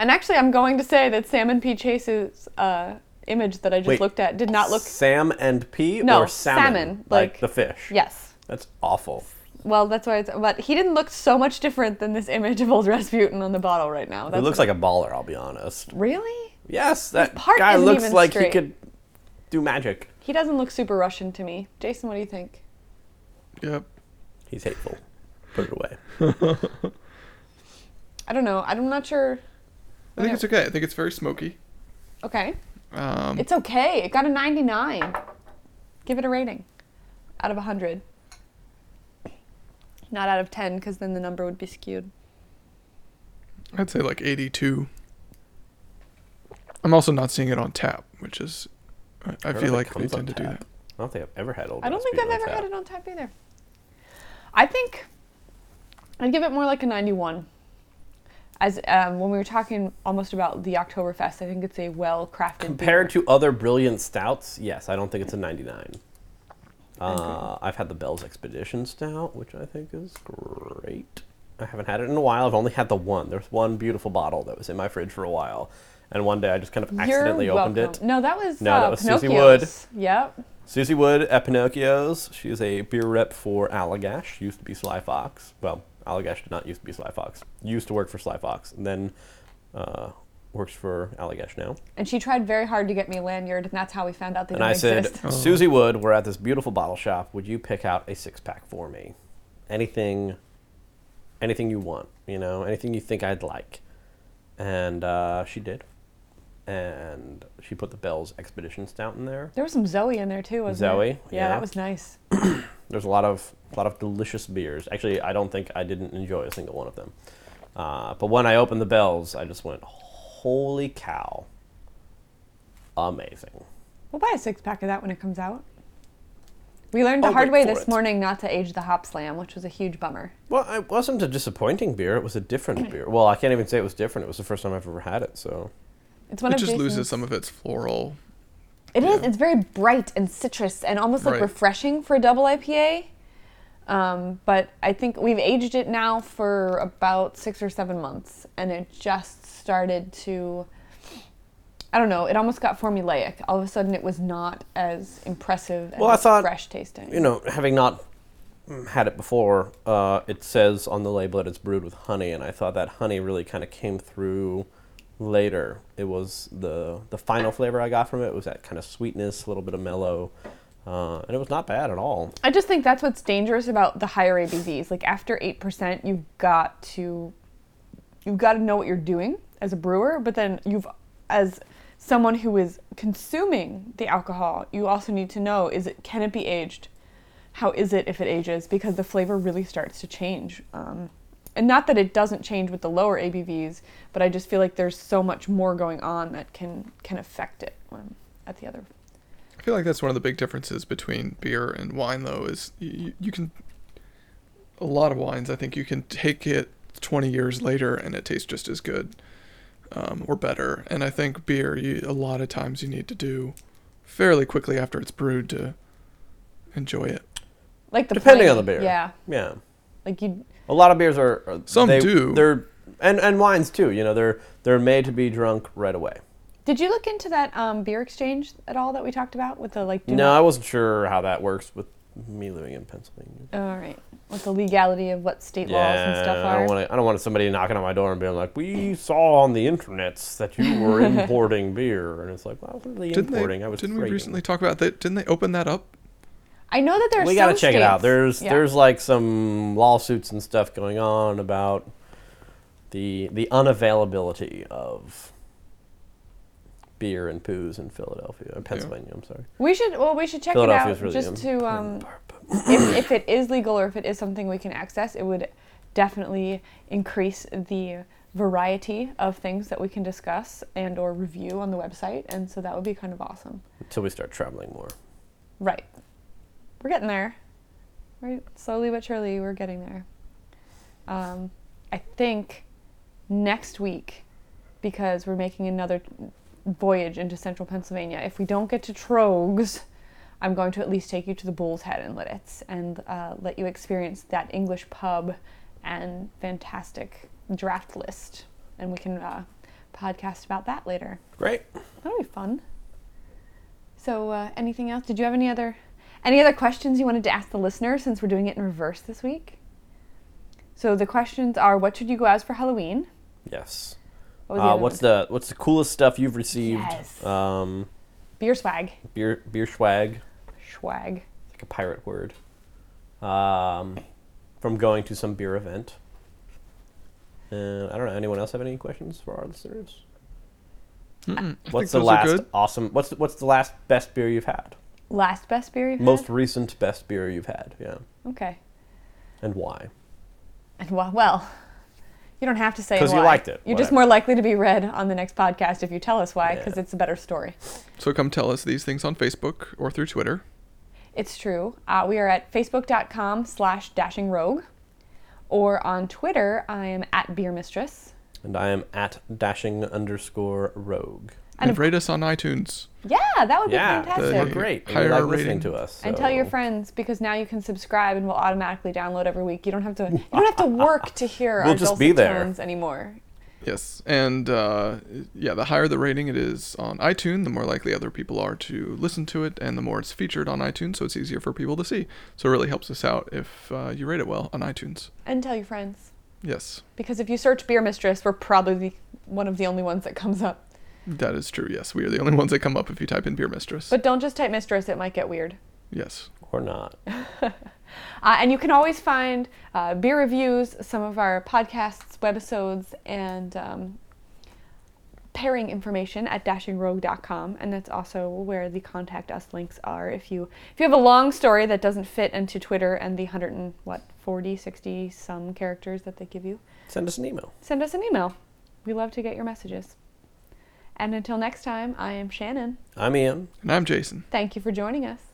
S1: And actually, I'm going to say that Salmon P. Chase's uh, image that I just
S2: Wait.
S1: looked at did not look.
S2: Sam and P
S1: No,
S2: or salmon,
S1: salmon,
S2: like,
S1: like-
S2: the fish.
S1: Yes.
S2: That's awful.
S1: Well, that's why it's. But he didn't look so much different than this image of old Rasputin on the bottle right now.
S2: He
S1: That's
S2: looks like a baller. I'll be honest.
S1: Really?
S2: Yes, that
S1: part
S2: guy
S1: isn't
S2: looks
S1: even
S2: like he
S1: straight.
S2: could do magic.
S1: He doesn't look super Russian to me. Jason, what do you think?
S3: Yep.
S1: Oh,
S2: He's hateful. Put it away.
S1: I don't know. I'm not sure.
S3: I think it's okay. I think it's very smoky.
S1: Okay.
S3: Um,
S1: It's okay. It got a 99. Give it a rating out of 100. Not out of 10, because then the number would be skewed.
S3: I'd say like 82. I'm also not seeing it on tap, which is, I, I
S2: don't
S3: feel
S2: know
S3: like
S2: if it
S3: they
S2: comes on
S3: tend to do
S2: tap.
S3: that.
S2: I don't think I've ever had old.
S1: I don't think I've
S2: Rasputin on
S1: ever
S2: tap.
S1: had it on tap either. I think I'd give it more like a 91. As um, when we were talking almost about the Oktoberfest, I think it's a well-crafted
S2: Compared to other brilliant stouts, yes, I don't think it's a 99. Uh, I've had the Bell's Expedition Stout, which I think is great. I haven't had it in a while. I've only had the one. There's one beautiful bottle that was in my fridge for a while. And one day I just kind of
S1: You're
S2: accidentally opened it.
S1: welcome. No, that was
S2: No,
S1: uh,
S2: that was Susie
S1: Pinocchio's. Yep.
S2: Susie Wood at Pinocchio's. She's a beer rep for Allagash. Used to be Sly Fox. Well, Allagash did not used to be Sly Fox. Used to work for Sly Fox, and then uh, works for Allagash now.
S1: And she tried very hard to get me a lanyard, and that's how we found out they
S2: And
S1: didn't
S2: I said,
S1: exist. Oh.
S2: Susie Wood, we're at this beautiful bottle shop. Would you pick out a six pack for me? Anything, anything you want, you know, anything you think I'd like. And uh, she did. And she put the Bell's Expedition Stout in there.
S1: There was some Zoe in there too, wasn't
S2: Zoe,
S1: there?
S2: yeah.
S1: yeah, that was nice.
S2: There's a lot of a lot of delicious beers. Actually, I don't think I didn't enjoy a single one of them. Uh, but when I opened the bells, I just went, "Holy cow! Amazing!"
S1: We'll buy a six pack of that when it comes out. We learned the
S2: Oh,
S1: hard
S2: wait
S1: way
S2: for
S1: this
S2: it.
S1: morning not to age the hop slam, which was a huge bummer.
S2: Well, it wasn't a disappointing beer. It was a different beer. Well, I can't even say it was different. It was the first time I've ever had it, so
S1: It's one
S3: it
S1: of
S3: just loses
S1: Jason's-
S3: some of its floral.
S1: It is.
S3: yeah.
S1: It's very bright and citrus and almost like
S3: Right.
S1: refreshing for a double IPA. Um, but I think we've aged it now for about six or seven months, and it just started to. I don't know. It almost got formulaic. All of a sudden, it was not as impressive and
S2: Well, I
S1: as
S2: thought,
S1: fresh tasting.
S2: You know, having not mm, had it before, uh, it says on the label that it's brewed with honey, and I thought that honey really kind of came through later. It was the the final flavor I got from it was that kind of sweetness, a little bit of mellow, uh, and it was not bad at all.
S1: I just think that's what's dangerous about the higher ABVs. Like after eight percent, you've got to, you've got to know what you're doing as a brewer. But then you've, as someone who is consuming the alcohol, you also need to know: is it can it be aged? How is it if it ages? Because the flavor really starts to change. Um, and not that it doesn't change with the lower ABVs, but I just feel like there's so much more going on that can can affect it when at the other
S3: I feel like that's one of the big differences between beer and wine, though, is you, you can. A lot of wines, I think you can take it 20 years later and it tastes just as good um, or better. And I think beer, you, a lot of times you need to do fairly quickly after it's brewed to enjoy it.
S1: like the
S2: Depending on
S1: plane.
S2: the beer.
S1: Yeah,
S2: Yeah.
S1: like you
S2: A lot of beers are, are
S3: Some
S2: they-
S3: do.
S2: They're and, and wines too. You know, they're they're made to be drunk right away.
S1: Did you look into that um, beer exchange at all that we talked about with the like? do
S2: no, I wasn't sure how that works with me living in Pennsylvania.
S1: not- All right. With the legality of what state laws and stuff
S2: I
S1: are.
S2: don't want I don't want somebody knocking on my door and being like, "We saw on the internets that you were importing beer," and it's like, "Well, I wasn't really
S3: Didn't
S2: importing.
S3: they,
S2: I was
S3: didn't we
S2: trading."
S3: recently talk about that? Didn't they open that up?
S1: I know that there's.
S2: We
S1: got
S2: gotta
S1: to
S2: check it out. There's
S1: Yeah.
S2: there's like some lawsuits and stuff going on about the the unavailability of beer and poos in Philadelphia, in Pennsylvania. I'm sorry.
S1: We should. Well, we should check it out
S2: Philadelphia's really
S1: just to um,
S2: important part, but-
S1: if, if it is legal or if it is something we can access. It would definitely increase the variety of things that we can discuss and or review on the website, and so that would be kind of awesome.
S2: until we start traveling more.
S1: Right. We're getting there. We're slowly but surely we're getting there. Um, I think next week, because we're making another voyage into central Pennsylvania, if we don't get to Trogs, I'm going to at least take you to the Bull's Head in Lidditz and uh, let you experience that English pub and fantastic draft list. And we can uh, podcast about that later.
S2: Great.
S1: That'll be fun. So, uh, anything else? Did you have any other any other questions you wanted to ask the listener since we're doing it in reverse this week? So the questions are: What should you go as for Halloween?
S2: Yes.
S1: What
S2: Uh, what's the what's the coolest stuff you've received?
S1: Oh, Yes.
S2: Um,
S1: beer swag?
S2: beer beer swag.
S1: Swag.
S2: like a pirate word, um, from going to some beer event. And I don't know. Anyone else have any questions for our listeners? What's the
S3: those are
S2: last
S3: good.
S2: awesome? What's the, what's the last best beer you've had?
S1: Last best beer you've
S2: Most
S1: had?
S2: recent best beer you've had? Yeah,
S1: Okay.
S2: and why?
S1: And wh- well, you don't have to say
S2: 'Cause you
S1: why.
S2: liked it,
S1: You're just more
S2: whatever.
S1: likely to be read on the next podcast if you tell us why, because
S2: Yeah.
S1: it's a better story.
S3: So come tell us these things on Facebook or through Twitter.
S1: It's true. Uh, we are at facebook.com slash dashing rogue. Or on Twitter, I am at Beer Mistress.
S2: And I am at dashing underscore rogue.
S1: And
S3: And,
S1: of-
S3: rate us on iTunes.
S1: Yeah, that would
S2: Yeah,
S1: be
S2: we're
S1: fantastic.
S3: the-
S2: great. and
S3: Higher
S2: We like listening
S3: rating.
S2: to us.
S1: And tell your
S2: so-
S1: friends because now you can subscribe and we'll automatically download every week. You don't have to you don't have to work to hear our
S2: We'll just
S1: dulcet
S2: be there.
S1: tones anymore.
S3: Yes, and uh, yeah, the higher the rating it is on iTunes, the more likely other people are to listen to it, and the more it's featured on iTunes, so it's easier for people to see. So it really helps us out if uh, you rate it well on iTunes.
S1: And tell your friends.
S3: Yes,
S1: Because if you search Beer Mistress, we're probably the, one of the only ones that comes up.
S3: that is true. Yes, we are the only ones that come up if you type in Beer Mistress.
S1: But don't just type mistress, it might get weird.
S3: yes,
S2: Or not.
S1: Uh, and you can always find uh, beer reviews, some of our podcasts, webisodes, and um, pairing information at dashingrogue.com. And that's also where the contact us links are. If you if you have a long story that doesn't fit into Twitter and the 100 and what 40, 60 some characters that they give you,
S2: Send us an email.
S1: send us an email. We love to get your messages. And until next time, I am Shannon.
S2: I'm Ian.
S3: and I'm Jason.
S1: Thank you for joining us.